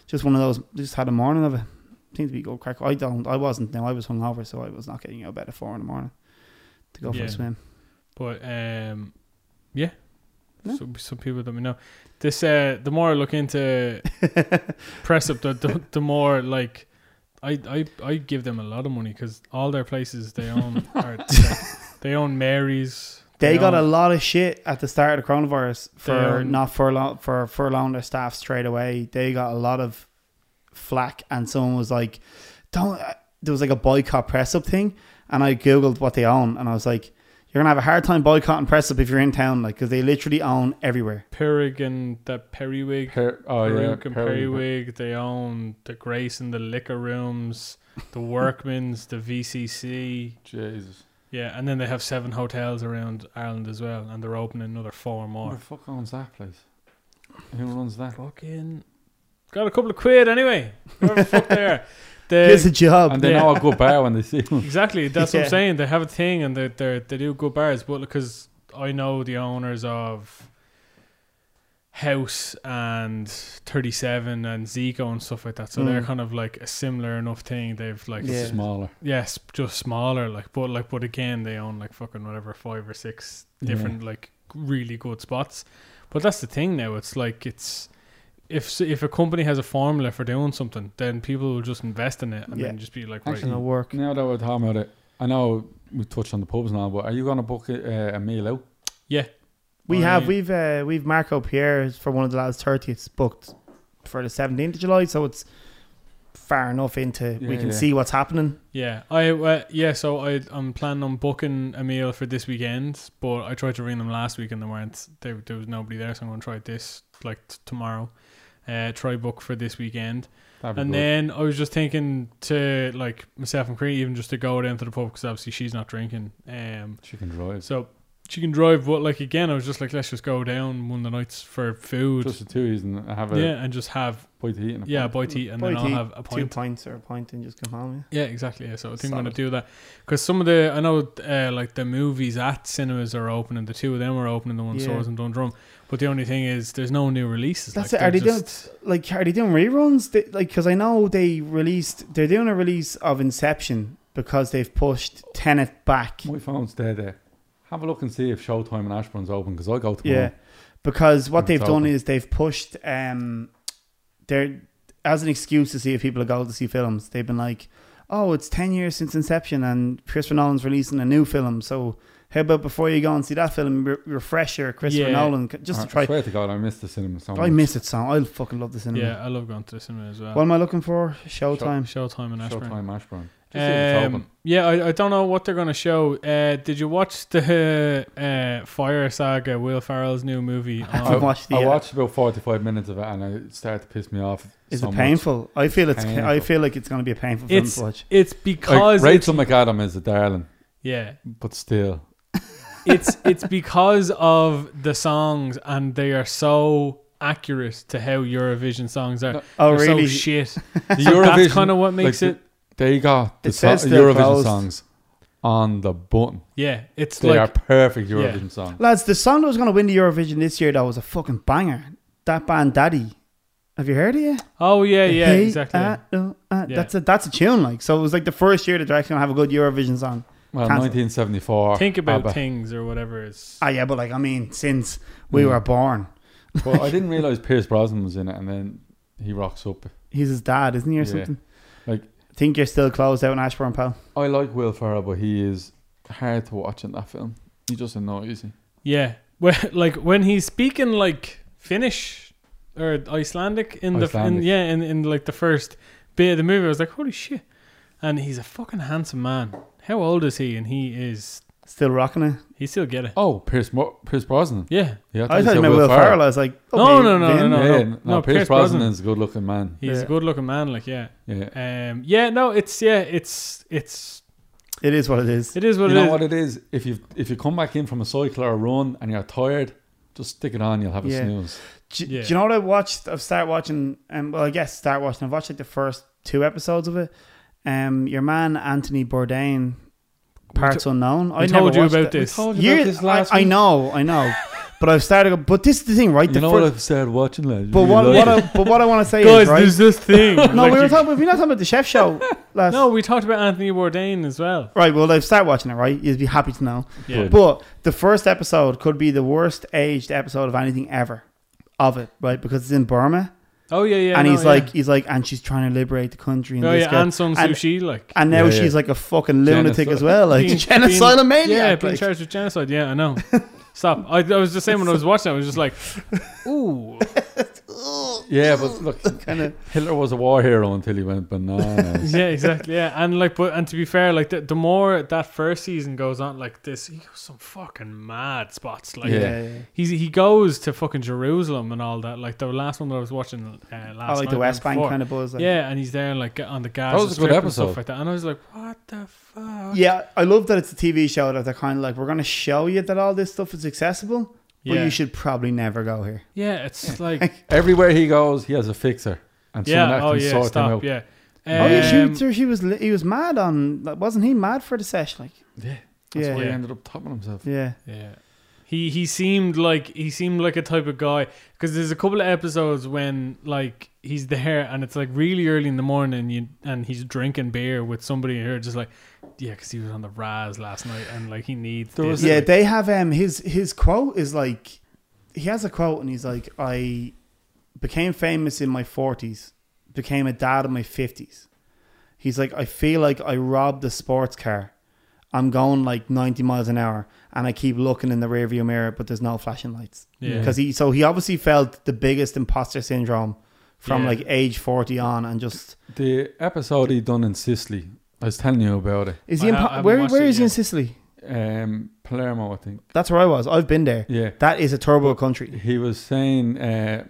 Speaker 2: just one of those. Just had a morning of it. Seemed to be good crack. I don't. I wasn't. Now I was hungover, so I was not getting out of bed at four in the morning to go for
Speaker 1: Yeah.
Speaker 2: a swim.
Speaker 1: But um, yeah,
Speaker 2: Yeah.
Speaker 1: So, some people that we know. This uh, the more I look into press up, the, the the more like I I I give them a lot of money because all their places they own are they own Mary's.
Speaker 2: They got a
Speaker 1: own-
Speaker 2: lot of shit at the start of the coronavirus for
Speaker 1: They're-
Speaker 2: not furlough for furloughing their staff straight away. They got a lot of flack, and someone was like, "Don't." uh, There was like a boycott press up thing, and I googled what they own, and I was like, "You're gonna have a hard time boycotting press up if you're in town, like, because they literally own everywhere."
Speaker 1: Perrig and the Periwig.
Speaker 3: Per- oh, yeah.
Speaker 1: Peruke and
Speaker 3: Perry-
Speaker 1: Periwig, they own the Grace and the liquor rooms, the Workmans, the VCC,
Speaker 3: Jesus.
Speaker 1: yeah, and then they have seven hotels around Ireland as well, and they're opening another four
Speaker 3: Who
Speaker 1: more.
Speaker 3: the fuck owns that place? Who runs that?
Speaker 1: Fucking got a couple of quid anyway. Whoever the fuck they are.
Speaker 2: Here's
Speaker 1: They,
Speaker 2: a job.
Speaker 3: And they
Speaker 1: yeah.
Speaker 3: know a good bar when they see one.
Speaker 1: exactly. That's what
Speaker 2: Yeah.
Speaker 1: I'm saying. They have a thing and they they they do good bars, but because I know the owners of House and Thirty Seven and Zico and stuff like that, so they're
Speaker 2: Mm.
Speaker 1: kind of like a similar enough thing. They've like
Speaker 2: Yeah.
Speaker 3: It's smaller.
Speaker 1: yes, just smaller. Like but like but again, they own like fucking whatever five or six
Speaker 3: Yeah.
Speaker 1: different like really good spots. But that's the thing now. It's like it's if s- if a company has a formula for doing something, then people will just invest in it and
Speaker 2: Yeah.
Speaker 1: then just be like,
Speaker 2: It's
Speaker 1: right,
Speaker 3: Actually,
Speaker 2: gonna work.
Speaker 3: Now that we're talking about it, I know we touched on the pubs and all, but are you going to book a, uh, a meal out?
Speaker 2: We
Speaker 1: I-
Speaker 2: have we've uh, we've Marco Pierre for one of the last thirtieths booked for the seventeenth of July, so it's far enough into we
Speaker 3: Yeah,
Speaker 2: can
Speaker 3: yeah.
Speaker 2: see what's happening.
Speaker 1: Yeah, I uh, yeah. So I I'm planning on booking a meal for this weekend, but I tried to ring them last week and they weren't. There there was nobody there, so I'm gonna try it this like t- tomorrow. Uh, try book for this weekend,
Speaker 3: That'd be
Speaker 1: and
Speaker 3: good.
Speaker 1: then I was just thinking to like myself and Cree even just to go down to the pub because obviously she's not drinking. Um,
Speaker 3: chicken drive.
Speaker 1: so she can drive, but like again, I was just like, let's just go down one of the nights for food,
Speaker 3: Just the two of yous and have a
Speaker 1: yeah, and just have
Speaker 3: bite to eat and a
Speaker 1: yeah a
Speaker 3: pint.
Speaker 1: bite to eat, and
Speaker 2: Bite
Speaker 1: then
Speaker 2: to
Speaker 1: I'll
Speaker 2: eat,
Speaker 1: have a
Speaker 2: Two
Speaker 1: pint.
Speaker 2: pints or a pint and just come home.
Speaker 1: Yeah, exactly. Yeah, so I think I'm gonna
Speaker 2: Solid.
Speaker 1: do that because some of the I know uh, like the movies at cinemas are opening. The two of them are opening. The one
Speaker 2: Yeah.
Speaker 1: Swords and Dundrum. But the only thing is, there's no new releases.
Speaker 2: That's
Speaker 1: like,
Speaker 2: it. Are
Speaker 1: they're
Speaker 2: they
Speaker 1: just-
Speaker 2: Yeah. Like, are they doing reruns? They, like, because I know they released, they're doing a release of Inception because they've pushed Tenet back.
Speaker 3: My phone's dead there. Have a look and see if Showtime in Ashburn's open because I go to
Speaker 2: Yeah, because what
Speaker 3: It's
Speaker 2: they've done
Speaker 3: open.
Speaker 2: is they've pushed um, they're as an excuse to see if people are going to see films. They've been like, "Oh, it's ten years since Inception, and Christopher Nolan's releasing a new film, so how about before you go and see that film, re- refresh your Christopher
Speaker 1: Yeah. Uh,
Speaker 2: Nolan c- just to
Speaker 3: I
Speaker 2: try."
Speaker 3: swear to God, I missed the cinema so much.
Speaker 2: I miss it, so I fucking love the cinema.
Speaker 1: yeah, I love going to the cinema as well.
Speaker 2: What am I looking for? Showtime.
Speaker 1: Showtime and Ashburn.
Speaker 3: Showtime Ashburn. Just see if it's
Speaker 1: Um,
Speaker 3: open.
Speaker 1: yeah, I, I don't know what they're gonna show. Uh, did you watch the uh, Fire Saga? Will Farrell's new movie.
Speaker 2: I haven't
Speaker 1: on-
Speaker 2: watched the.
Speaker 3: I watched about forty-five minutes of it and it started to piss me off.
Speaker 2: Is
Speaker 3: so
Speaker 2: it
Speaker 3: much.
Speaker 2: painful? I feel it's. I
Speaker 3: Painful.
Speaker 2: feel like it's going to be a painful film
Speaker 1: It's-
Speaker 2: to watch.
Speaker 1: It's
Speaker 3: Like,
Speaker 1: because
Speaker 3: Rachel McAdam is a darling,
Speaker 1: yeah,
Speaker 3: but still,
Speaker 1: it's it's because of the songs and they are so accurate to how Eurovision songs are.
Speaker 2: Oh,
Speaker 1: They're
Speaker 2: really?
Speaker 1: So shit.
Speaker 3: the
Speaker 1: that's kind of what
Speaker 3: like,
Speaker 1: makes
Speaker 3: the-
Speaker 1: it.
Speaker 3: They got the
Speaker 2: It
Speaker 3: so-
Speaker 2: says they're
Speaker 3: Eurovision
Speaker 2: closed.
Speaker 3: songs on the button.
Speaker 1: Yeah, it's
Speaker 3: They are
Speaker 1: like
Speaker 3: perfect
Speaker 1: Yeah.
Speaker 3: Eurovision songs.
Speaker 2: Lads, the song that was going to win the Eurovision this year, though, was a fucking banger. That band, Daddy. Have you heard of it?
Speaker 1: oh yeah, yeah,
Speaker 2: Hey,
Speaker 1: exactly.
Speaker 2: ah, no, ah.
Speaker 1: Yeah.
Speaker 2: That's a that's a tune, like. So it was like the first year that they're actually going to have a good Eurovision song.
Speaker 3: Well,
Speaker 2: Cancel.
Speaker 3: 1974.
Speaker 1: Think about
Speaker 3: ABBA.
Speaker 1: things or whatever is.
Speaker 2: Ah, yeah, but like, I mean, since we
Speaker 3: Mm.
Speaker 2: were born,
Speaker 3: Well, I didn't realize Pierce Brosnan was in it, and then he rocks up.
Speaker 2: he's his dad, isn't he, or
Speaker 3: Yeah.
Speaker 2: something?
Speaker 3: Like-
Speaker 2: think you're still closed out in Ashburn, pal.
Speaker 3: I like Will Ferrell, but he is hard to watch in that film. He just annoys me.
Speaker 1: yeah, well, like when he's speaking like Finnish or Icelandic in the in,
Speaker 3: Icelandic.
Speaker 1: yeah in in like the first bit of the movie, I was like, holy shit! And he's a fucking handsome man. How old is he? And he is.
Speaker 2: Still rocking it.
Speaker 1: He still get it.
Speaker 3: Oh, Pierce Mo- Pierce Brosnan.
Speaker 1: Yeah.
Speaker 3: Yeah,
Speaker 2: I thought
Speaker 3: you said
Speaker 2: you meant Will Ferrell. I was like,
Speaker 1: No,
Speaker 2: okay,
Speaker 1: no, no,
Speaker 2: Vin.
Speaker 1: no, no.
Speaker 3: yeah, no,
Speaker 1: no,
Speaker 3: Pierce,
Speaker 1: Pierce
Speaker 3: Brosnan,
Speaker 1: Brosnan.
Speaker 3: is a good-looking man.
Speaker 1: He's
Speaker 2: Yeah.
Speaker 1: a good looking man, like yeah.
Speaker 3: Yeah,
Speaker 1: Um yeah, no, it's yeah, it's it's
Speaker 2: It is what it is.
Speaker 1: it is what
Speaker 3: you
Speaker 1: it
Speaker 3: know
Speaker 1: is.
Speaker 3: what it is. If you if you come back in from a cycle or a run and you're tired, just stick it on. You'll have a
Speaker 2: Yeah.
Speaker 3: snooze.
Speaker 2: Do,
Speaker 1: Yeah.
Speaker 2: do you know what I watched? I've started watching, um, well, I guess start watching. I've watched like the first two episodes of it. Um, your man Anthony Bourdain,
Speaker 1: We
Speaker 2: Parts Unknown. I
Speaker 1: we
Speaker 2: never
Speaker 1: told you
Speaker 2: watched
Speaker 1: about
Speaker 2: it.
Speaker 1: this.
Speaker 3: told you
Speaker 2: Years,
Speaker 3: about this last
Speaker 2: I, I
Speaker 3: week.
Speaker 2: know, I know, but I've started. to go- But this is the thing, right?
Speaker 3: you
Speaker 2: The
Speaker 3: know
Speaker 2: fir-
Speaker 3: what I've started watching, lads.
Speaker 2: but
Speaker 3: You
Speaker 2: what,
Speaker 3: like
Speaker 2: what
Speaker 3: it.
Speaker 2: I, but what I want to say
Speaker 1: Guys,
Speaker 2: is right.
Speaker 1: there's this thing.
Speaker 2: no,
Speaker 1: like
Speaker 2: we were
Speaker 1: you-
Speaker 2: talking. We're not talking about the chef show last.
Speaker 1: No, we talked about Anthony Bourdain as well.
Speaker 2: Right. Well, I've started watching it. Right. You'd be happy to know.
Speaker 1: Yeah.
Speaker 3: Good.
Speaker 2: But the first episode could be the worst aged episode of anything ever, of it, right? Because it's in Burma.
Speaker 1: Oh yeah, yeah.
Speaker 2: and
Speaker 1: no,
Speaker 2: he's
Speaker 1: yeah.
Speaker 2: like, he's like, and she's trying to liberate the country. And
Speaker 1: Oh
Speaker 2: this
Speaker 1: yeah,
Speaker 2: guy-
Speaker 1: and Sung
Speaker 2: and-
Speaker 1: Sushi, like
Speaker 2: and now
Speaker 3: Yeah,
Speaker 2: she's
Speaker 3: yeah.
Speaker 2: like a fucking lunatic
Speaker 3: Genocide.
Speaker 2: as well, like
Speaker 1: Being-
Speaker 2: genocidal
Speaker 1: Yeah,
Speaker 2: maniac.
Speaker 1: being
Speaker 2: like.
Speaker 1: charged with genocide, yeah, I know. Stop. I, I was just saying when I was watching it, I was just like, ooh.
Speaker 3: Yeah, but look,
Speaker 2: Kinda-
Speaker 3: Hitler was a war hero until he went bananas.
Speaker 1: Yeah, exactly. Yeah. And like but and to be fair, like the, the more that first season goes on, like this he goes some fucking mad spots. Like
Speaker 3: Yeah.
Speaker 2: yeah, yeah.
Speaker 1: He's, he goes to fucking Jerusalem and all that. Like the last one that I was watching uh, last
Speaker 2: Oh, like
Speaker 1: night,
Speaker 2: the West Bank
Speaker 1: before.
Speaker 2: kind of buzz. Like.
Speaker 1: yeah, and he's there like get on the gas.
Speaker 3: was a good
Speaker 1: Stuff
Speaker 3: episode.
Speaker 1: like that. And I was like, what the fuck?
Speaker 2: yeah. I love that it's a TV show that they're kind of like, we're gonna show you that all this stuff is accessible, but
Speaker 1: yeah.
Speaker 2: you should probably never go here.
Speaker 1: yeah it's like
Speaker 3: Everywhere he goes, he has a fixer, and someone
Speaker 1: yeah,
Speaker 3: that
Speaker 1: oh
Speaker 3: can
Speaker 1: yeah,
Speaker 3: sort him
Speaker 1: stop,
Speaker 3: out.
Speaker 1: yeah.
Speaker 2: oh, yeah, she,
Speaker 1: Um,
Speaker 2: was- she was li- he was mad on, like, wasn't he mad for the sesh? Like,
Speaker 3: Yeah, that's
Speaker 2: yeah,
Speaker 3: why he
Speaker 1: Yeah.
Speaker 3: ended up topping himself.
Speaker 2: yeah.
Speaker 1: Yeah. He he seemed like he seemed like a type of guy because there's a couple of episodes when like he's there and it's like really early in the morning you and he's drinking beer with somebody here just like yeah because he was on the Raz last night and like he needs
Speaker 3: There
Speaker 1: this.
Speaker 3: was-
Speaker 2: yeah,
Speaker 1: like,
Speaker 2: they have um his his quote is like he has a quote and he's like I became famous in my 40s, became a dad in my 50s. He's like I feel like I robbed a sports car. I'm going like 90 miles an hour and I keep looking in the rearview mirror but there's no flashing lights.
Speaker 1: yeah.
Speaker 2: Cuz he so he obviously felt the biggest imposter syndrome from
Speaker 1: Yeah.
Speaker 2: like age forty on, and just
Speaker 3: The episode he done in Sicily, I was telling you about it.
Speaker 2: is
Speaker 1: I
Speaker 2: he? In,
Speaker 1: ha- I
Speaker 2: Pa-
Speaker 1: haven't
Speaker 2: where
Speaker 1: watched
Speaker 2: where
Speaker 1: it
Speaker 2: is he in
Speaker 1: yet.
Speaker 2: Sicily?
Speaker 3: Um, Palermo, I think.
Speaker 2: That's where I was. I've been there.
Speaker 3: Yeah,
Speaker 2: That is a turbo country.
Speaker 3: he was saying, uh,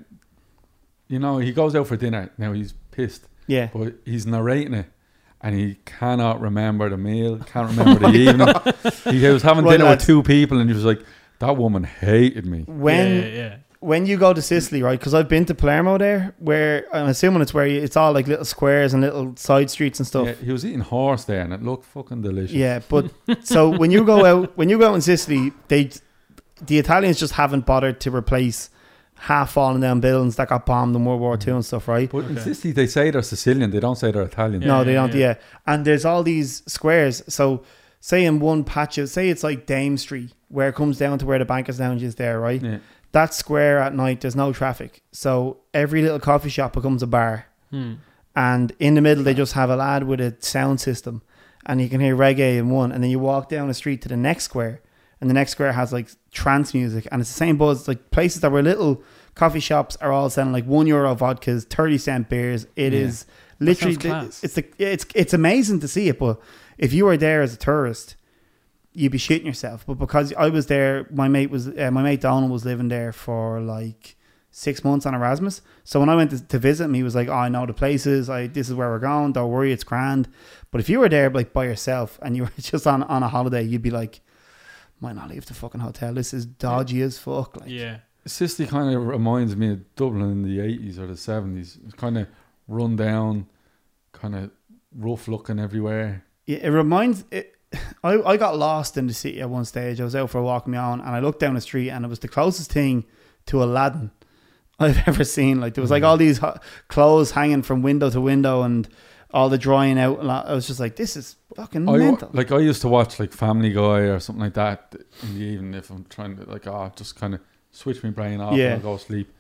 Speaker 3: you know, he goes out for dinner. Now he's pissed,
Speaker 2: Yeah.
Speaker 3: but he's narrating it, and he cannot remember the meal, can't remember the evening. He was having
Speaker 2: Oh Right,
Speaker 3: dinner
Speaker 2: lads.
Speaker 3: with two people, and he was like, "That woman hated me."
Speaker 2: When
Speaker 1: yeah, yeah.
Speaker 2: when you go to Sicily, right? Because I've been to Palermo there, where I'm assuming it's where you, it's all like little squares and little side streets and stuff.
Speaker 3: Yeah, he was eating horse there, and it looked fucking delicious.
Speaker 2: Yeah, but so when you go out, when you go out in Sicily, they the Italians just haven't bothered to replace half falling down buildings that got bombed in World War Two and stuff, right?
Speaker 3: but in
Speaker 1: Okay.
Speaker 3: Sicily they say they're Sicilian. They don't say they're Italian.
Speaker 1: Yeah.
Speaker 2: no, they don't. Yeah. and there's all these squares. So say in one patch, of, say it's like Dame Street, where it comes down to where the bankers' lounge is there, right?
Speaker 3: Yeah.
Speaker 2: That square at night, there's no traffic, so every little coffee shop becomes a bar.
Speaker 1: Hmm.
Speaker 2: and in the middle they just have a lad with a sound system and you can hear reggae in one and then you walk down the street to the next square and the next square has like trance music and it's the same buzz like places that were little coffee shops are all selling like one euro vodkas 30 cent beers It
Speaker 3: Yeah.
Speaker 2: is literally
Speaker 1: sounds class.
Speaker 2: it's the, it's it's amazing to see it but if you were there as a tourist you'd be shitting yourself but because I was there my mate was uh, my mate Donald was living there for like six months on Erasmus. So when I went to, to visit him, he was like, "Oh, I know the places. I this is where we're going. Don't worry, it's grand." But if you were there like by yourself and you were just on on a holiday, you'd be like, "Might not leave the fucking hotel. This is dodgy as fuck." Like,
Speaker 1: yeah.
Speaker 3: Sicily kind of reminds me of Dublin in the eighties or the seventies. It's kind of run down, kind of rough looking everywhere.
Speaker 2: it, it reminds it. I, I got lost in the city at one stage. I was out for a walk on my own, and I looked down the street, and it was the closest thing to Aladdin I've ever seen. Like there was like all these ho- clothes hanging from window to window, and all the drying out. And I I was just like, "This is fucking
Speaker 3: I wa-
Speaker 2: mental."
Speaker 3: like I used to watch like Family Guy or something like that in the evening if I'm trying to like oh just kind of switch my brain off
Speaker 2: Yeah.
Speaker 3: and I'll go sleep.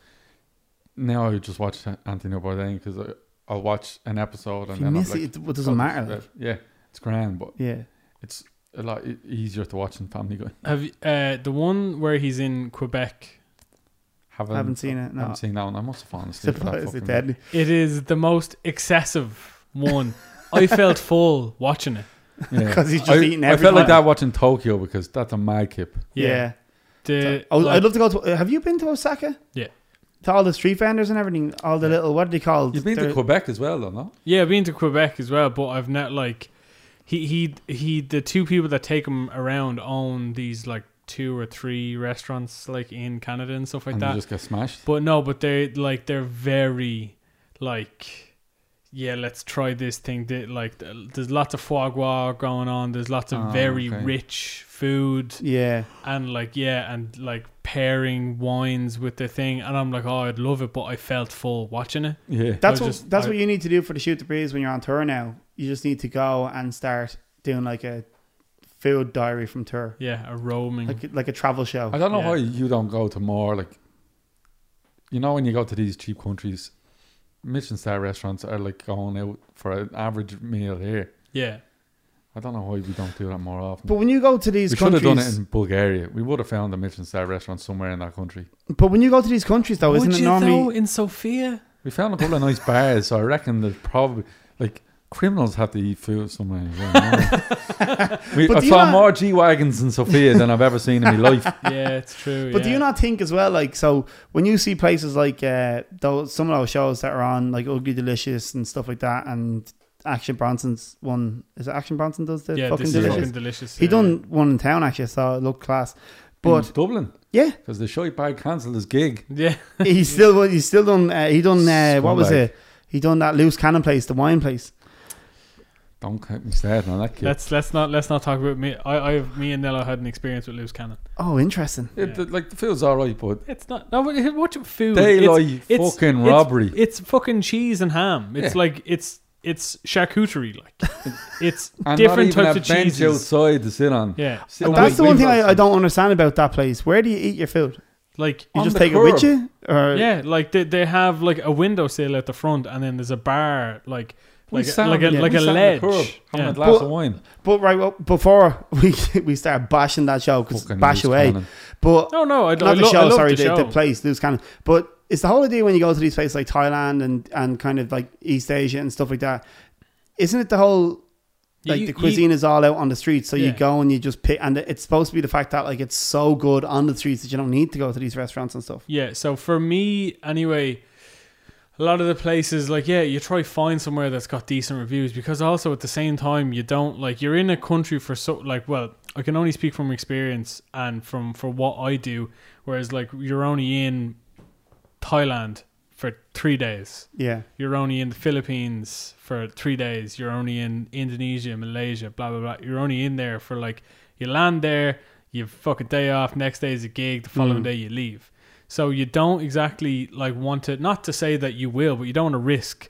Speaker 3: Now I just watch Anthony Bourdain because I'll watch an episode
Speaker 2: If
Speaker 3: and
Speaker 2: you
Speaker 3: then I'm
Speaker 2: miss
Speaker 3: like, "Oh,
Speaker 2: it, it doesn't matter. Like.
Speaker 3: yeah, it's grand, but
Speaker 2: Yeah.
Speaker 3: it's a lot e- easier to watch in Family Guy.
Speaker 1: Have you, uh, the one where he's in Quebec?
Speaker 3: Haven't,
Speaker 2: I haven't seen it, no.
Speaker 3: Haven't seen that one. I must have fallen asleep. at that
Speaker 2: Surprise,
Speaker 3: fucking-
Speaker 2: it's deadly.
Speaker 1: It is the most excessive one. I felt full watching it.
Speaker 3: Yeah.
Speaker 2: 'Cause he's just
Speaker 3: I,
Speaker 2: eating
Speaker 3: I felt
Speaker 2: everything.
Speaker 3: like that watching Tokyo because that's a mad kip.
Speaker 2: Yeah.
Speaker 1: The,
Speaker 2: I would,
Speaker 1: Uh, like-
Speaker 2: I'd love to go to. Have you been to Osaka?
Speaker 1: Yeah.
Speaker 2: To all the street vendors and everything, all the
Speaker 3: Yeah.
Speaker 2: little what are they called?
Speaker 3: You've been
Speaker 2: They're-
Speaker 3: to Quebec as well, though, no?
Speaker 1: yeah, I've been to Quebec as well, but I've not like he he he. The two people that take him around own these like two or three restaurants like in Canada and stuff like
Speaker 3: and
Speaker 1: that.
Speaker 3: you just get smashed.
Speaker 1: But no, but they like they're very like yeah, let's try this thing. They, like th- there's lots of foie gras going on. There's lots of
Speaker 3: Oh,
Speaker 1: very
Speaker 3: okay.
Speaker 1: rich food
Speaker 2: Yeah.
Speaker 1: and like yeah, and like pairing wines with the thing. And I'm like, oh, I'd love it, but I felt full watching it.
Speaker 3: Yeah.
Speaker 2: That's
Speaker 1: I
Speaker 2: what
Speaker 1: just-
Speaker 2: that's
Speaker 1: I-
Speaker 2: what you need to do for the shoot the breeze when you're on tour now. You just need to go and start doing like a food diary from tour,
Speaker 1: Yeah, a roaming.
Speaker 2: like like a travel show.
Speaker 3: I don't know
Speaker 1: Yeah.
Speaker 3: why you don't go to more like, you know, when you go to these cheap countries, Michelin star restaurants are like going out for an average meal here.
Speaker 1: yeah,
Speaker 3: I don't know why we don't do that more often.
Speaker 2: But when you go to these
Speaker 3: we should
Speaker 2: countries,
Speaker 3: have done it in Bulgaria. We would have found a Michelin star restaurant somewhere in that country.
Speaker 2: but when you go to these countries though,
Speaker 1: Would
Speaker 2: isn't it
Speaker 1: you though
Speaker 2: normally?
Speaker 1: in Sofia?
Speaker 3: We found a couple of nice bars, so I reckon there's probably like criminals have to eat food somewhere. as well, no? we,
Speaker 2: But
Speaker 3: I
Speaker 2: do you
Speaker 3: saw
Speaker 2: not-
Speaker 3: more G wagons in Sofia than I've ever seen in my life.
Speaker 1: Yeah, it's true.
Speaker 2: But do
Speaker 1: yeah.
Speaker 2: you not think as well, like so when you see places like uh those some of those shows that are on like Ugly Delicious and stuff like that and Action Bronson's one is it Action Bronson does the
Speaker 1: Yeah,
Speaker 2: fucking
Speaker 1: this is
Speaker 2: delicious?
Speaker 1: fucking delicious.
Speaker 2: He
Speaker 1: yeah. Mm.
Speaker 2: done one in town actually, so it looked class.
Speaker 3: But
Speaker 2: But
Speaker 3: Dublin,
Speaker 2: yeah,
Speaker 3: because the shite bag cancelled his gig.
Speaker 1: Yeah,
Speaker 2: he still he still done uh, he done uh, what was
Speaker 3: Scumbag.
Speaker 2: it? He done that loose cannon place, the wine place.
Speaker 3: Don't get me started on that kid.
Speaker 1: let's let's not let's not talk about me. I I me and Nello had an experience with loose cannon.
Speaker 2: Oh, interesting.
Speaker 3: It, the- like the food's all right, but
Speaker 1: It's not. No, but what you- food?
Speaker 3: they
Speaker 1: it's,
Speaker 3: like
Speaker 1: it's-
Speaker 3: fucking
Speaker 1: it's-
Speaker 3: robbery.
Speaker 1: It's fucking cheese and ham. It's
Speaker 3: Yeah.
Speaker 1: like it's it's charcuterie. Like it's
Speaker 3: and
Speaker 1: different
Speaker 3: not even
Speaker 1: types
Speaker 3: a
Speaker 1: of
Speaker 3: bench
Speaker 1: cheeses.
Speaker 3: outside to sit on.
Speaker 1: Yeah,
Speaker 3: Sit
Speaker 2: And
Speaker 3: on
Speaker 2: that's
Speaker 3: a
Speaker 2: the one thing
Speaker 3: window
Speaker 2: I, I don't understand about that place. Where do you eat your food?
Speaker 1: like
Speaker 2: You
Speaker 3: On
Speaker 2: just
Speaker 3: the
Speaker 2: take it with
Speaker 3: curb.
Speaker 2: you, or
Speaker 1: yeah, like they they have like a window sill at the front, and then there's a bar like
Speaker 3: We
Speaker 1: like a,
Speaker 3: sat on
Speaker 1: like a
Speaker 3: the-
Speaker 1: like
Speaker 3: we
Speaker 1: a
Speaker 3: sat on the
Speaker 1: ledge.
Speaker 3: curb, having
Speaker 1: Yeah.
Speaker 3: a glass
Speaker 2: But-
Speaker 3: of wine.
Speaker 2: But right, well, before we we start bashing that show because
Speaker 3: Fucking
Speaker 2: bash
Speaker 3: Lewis
Speaker 2: away,
Speaker 3: Cannon.
Speaker 2: but
Speaker 1: No, no, I, I,
Speaker 2: not the
Speaker 1: lo- I
Speaker 2: show.
Speaker 1: love
Speaker 2: Sorry,
Speaker 1: the
Speaker 2: the,
Speaker 1: show.
Speaker 2: the place loose cannon. But Is the whole idea when you go to these places like Thailand and, and kind of like East Asia and stuff like that, isn't it the whole like
Speaker 1: You-
Speaker 2: the
Speaker 1: you-
Speaker 2: cuisine is all out on the streets, so you
Speaker 1: Yeah.
Speaker 2: go and you just pick, and it's supposed to be the fact that like it's so good on the streets that you don't need to go to these restaurants and stuff.
Speaker 1: Yeah, so for me, anyway, a lot of the places, like, yeah, you try find somewhere that's got decent reviews because also at the same time, you don't, like, you're in a country for so, like, well, I can only speak from experience and from for what I do, whereas, like, you're only in Thailand for three days
Speaker 2: Yeah,
Speaker 1: you're only in the Philippines for three days, you're only in Indonesia, Malaysia, blah blah blah. You're only in there for like you land there, you fuck a day off, next day is a gig, the following
Speaker 2: Mm.
Speaker 1: day you leave. So you don't exactly like want to not to say that you will, but you don't want to risk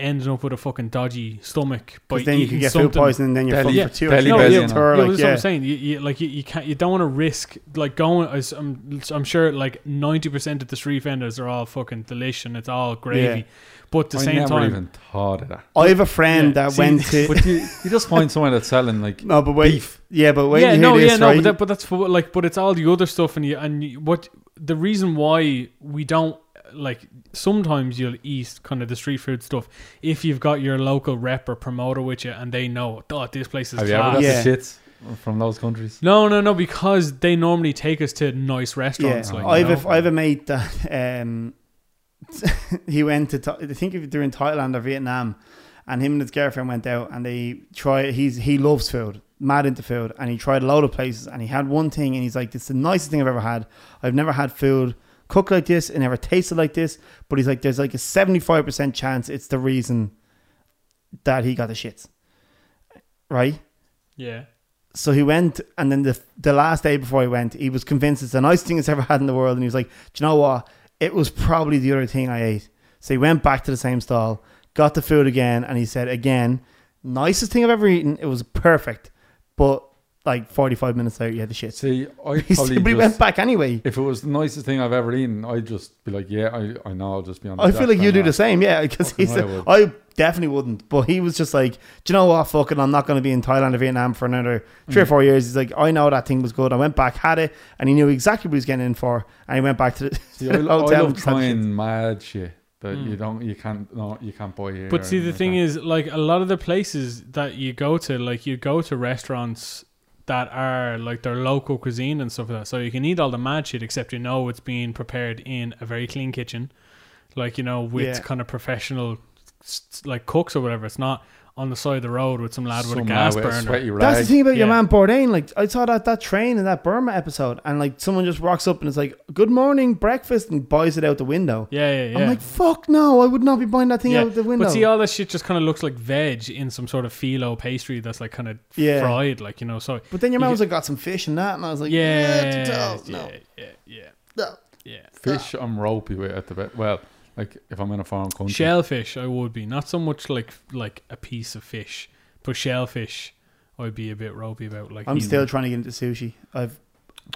Speaker 1: ending up with a fucking dodgy stomach by
Speaker 2: because then you
Speaker 1: eating
Speaker 2: could get
Speaker 1: something.
Speaker 2: food poisoning, and then you're
Speaker 3: Belly-
Speaker 2: fucked
Speaker 1: yeah,
Speaker 2: for two
Speaker 3: belly
Speaker 2: or
Speaker 1: belly,
Speaker 2: three
Speaker 1: you
Speaker 2: days.
Speaker 3: know.
Speaker 2: Or,
Speaker 1: Yeah,
Speaker 2: like,
Speaker 1: that's what
Speaker 2: yeah.
Speaker 1: I'm saying. You, you like you, you can't you don't want to risk like going. as I'm I'm sure like ninety percent of the street vendors are all fucking delish and it's all gravy.
Speaker 2: Yeah.
Speaker 1: But at the
Speaker 3: I
Speaker 1: same
Speaker 3: never
Speaker 1: time,
Speaker 3: even thought of that.
Speaker 2: I have a friend
Speaker 1: Yeah,
Speaker 2: that
Speaker 1: see,
Speaker 2: went to
Speaker 3: But you, you just find someone that's selling like
Speaker 2: no, but wait,
Speaker 3: beef.
Speaker 2: yeah, but wait,
Speaker 1: yeah,
Speaker 2: you
Speaker 1: no,
Speaker 2: hear
Speaker 1: yeah,
Speaker 2: this,
Speaker 1: no,
Speaker 2: right?
Speaker 1: but, that, but that's for like, but it's all the other stuff, and you and you, what the reason why we don't like sometimes you'll eat kind of the street food stuff if you've got your local rep or promoter with you, and they know, oh, this place is
Speaker 3: Have you ever
Speaker 1: class.
Speaker 3: got
Speaker 2: Yeah.
Speaker 3: the shits from those countries?
Speaker 1: No, no, no, because they normally take us to nice
Speaker 2: yeah,
Speaker 1: restaurants. like, you
Speaker 2: I
Speaker 1: know?
Speaker 2: have a, I have a mate that um, he went to Tha- I think if they're in Thailand or Vietnam, and him and his girlfriend went out and they try. He's he loves food, mad into food, and he tried a load of places and he had one thing and he's like, "This is the nicest thing I've ever had. I've never had food." Cooked like this, it never tasted like this. But he's like, there's like a seventy five percent chance it's the reason that he got the shits, right?
Speaker 1: yeah,
Speaker 2: so he went, and then the the last day before he went, he was convinced it's the nicest thing he's ever had in the world, and he was like, "Do you know what? It was probably the other thing I ate." So he went back to the same stall, got the food again, and he said, "Again, nicest thing I've ever eaten. It was perfect." But like forty five minutes later, you had the shit.
Speaker 3: See, I
Speaker 2: He
Speaker 3: probably
Speaker 2: simply
Speaker 3: just,
Speaker 2: went back anyway.
Speaker 3: if it was the nicest thing I've ever eaten, I'd just be like, yeah, I, I know, I'll just be on. The
Speaker 2: I feel
Speaker 3: deck
Speaker 2: like you
Speaker 3: and
Speaker 2: do
Speaker 3: that.
Speaker 2: the same, yeah. Because
Speaker 3: Fucking
Speaker 2: he's,
Speaker 3: I would.
Speaker 2: I definitely wouldn't. But he was just like, do you know what? Fucking, I'm not going to be in Thailand or Vietnam for another three or
Speaker 3: Mm.
Speaker 2: four years. He's like, I know that thing was good. I went back, had it, and he knew exactly what he was getting in for, and he went back to the.
Speaker 3: See, I, I
Speaker 2: Hotel
Speaker 3: love
Speaker 2: just had the
Speaker 3: trying mad shit that
Speaker 1: Mm.
Speaker 3: you don't, you can't, no, you can't buy here.
Speaker 1: But see,
Speaker 3: or
Speaker 1: the
Speaker 3: anything
Speaker 1: thing is, like a lot of the places that you go to, like you go to restaurants that are like their local cuisine and stuff like that. So you can eat all the mad shit, except you know it's being prepared in a very clean kitchen, like you know with
Speaker 2: Yeah.
Speaker 1: kind of professional s- s- like cooks or whatever. It's not on the side of the road with some lad
Speaker 3: like that.
Speaker 1: with a
Speaker 3: Some
Speaker 1: gas
Speaker 3: lad with a
Speaker 1: burner.
Speaker 3: sweaty
Speaker 2: That's the
Speaker 3: rag.
Speaker 2: thing about your
Speaker 1: Yeah.
Speaker 2: man Bourdain. Like I saw that that train in that Burma episode, and like someone just walks up and is like, "Good morning, breakfast," and buys it out the window.
Speaker 1: Yeah, yeah, yeah.
Speaker 2: I'm like, "Fuck no! I would not be buying that thing
Speaker 1: Yeah,
Speaker 2: out the window."
Speaker 1: But see, uh, all that shit just kind of looks like veg in some sort of phyllo pastry that's like kind of
Speaker 2: Yeah.
Speaker 1: fried, like you know. So
Speaker 2: But then your
Speaker 1: you
Speaker 2: man
Speaker 1: get-
Speaker 2: was like, "Got some fish and that," and I was like,
Speaker 1: yeah,
Speaker 2: "Yeah, no,
Speaker 1: yeah,
Speaker 2: no,
Speaker 1: yeah, yeah,
Speaker 2: no."
Speaker 1: yeah.
Speaker 3: Fish,
Speaker 1: Ah.
Speaker 3: I'm ropey with at the bit. Well, like if I'm in a foreign country,
Speaker 1: Shellfish, I would be not so much like like a piece of fish, but shellfish, I'd be a bit ropey about. Like
Speaker 2: I'm
Speaker 1: eating
Speaker 2: still
Speaker 1: them.
Speaker 2: trying to get into sushi. I've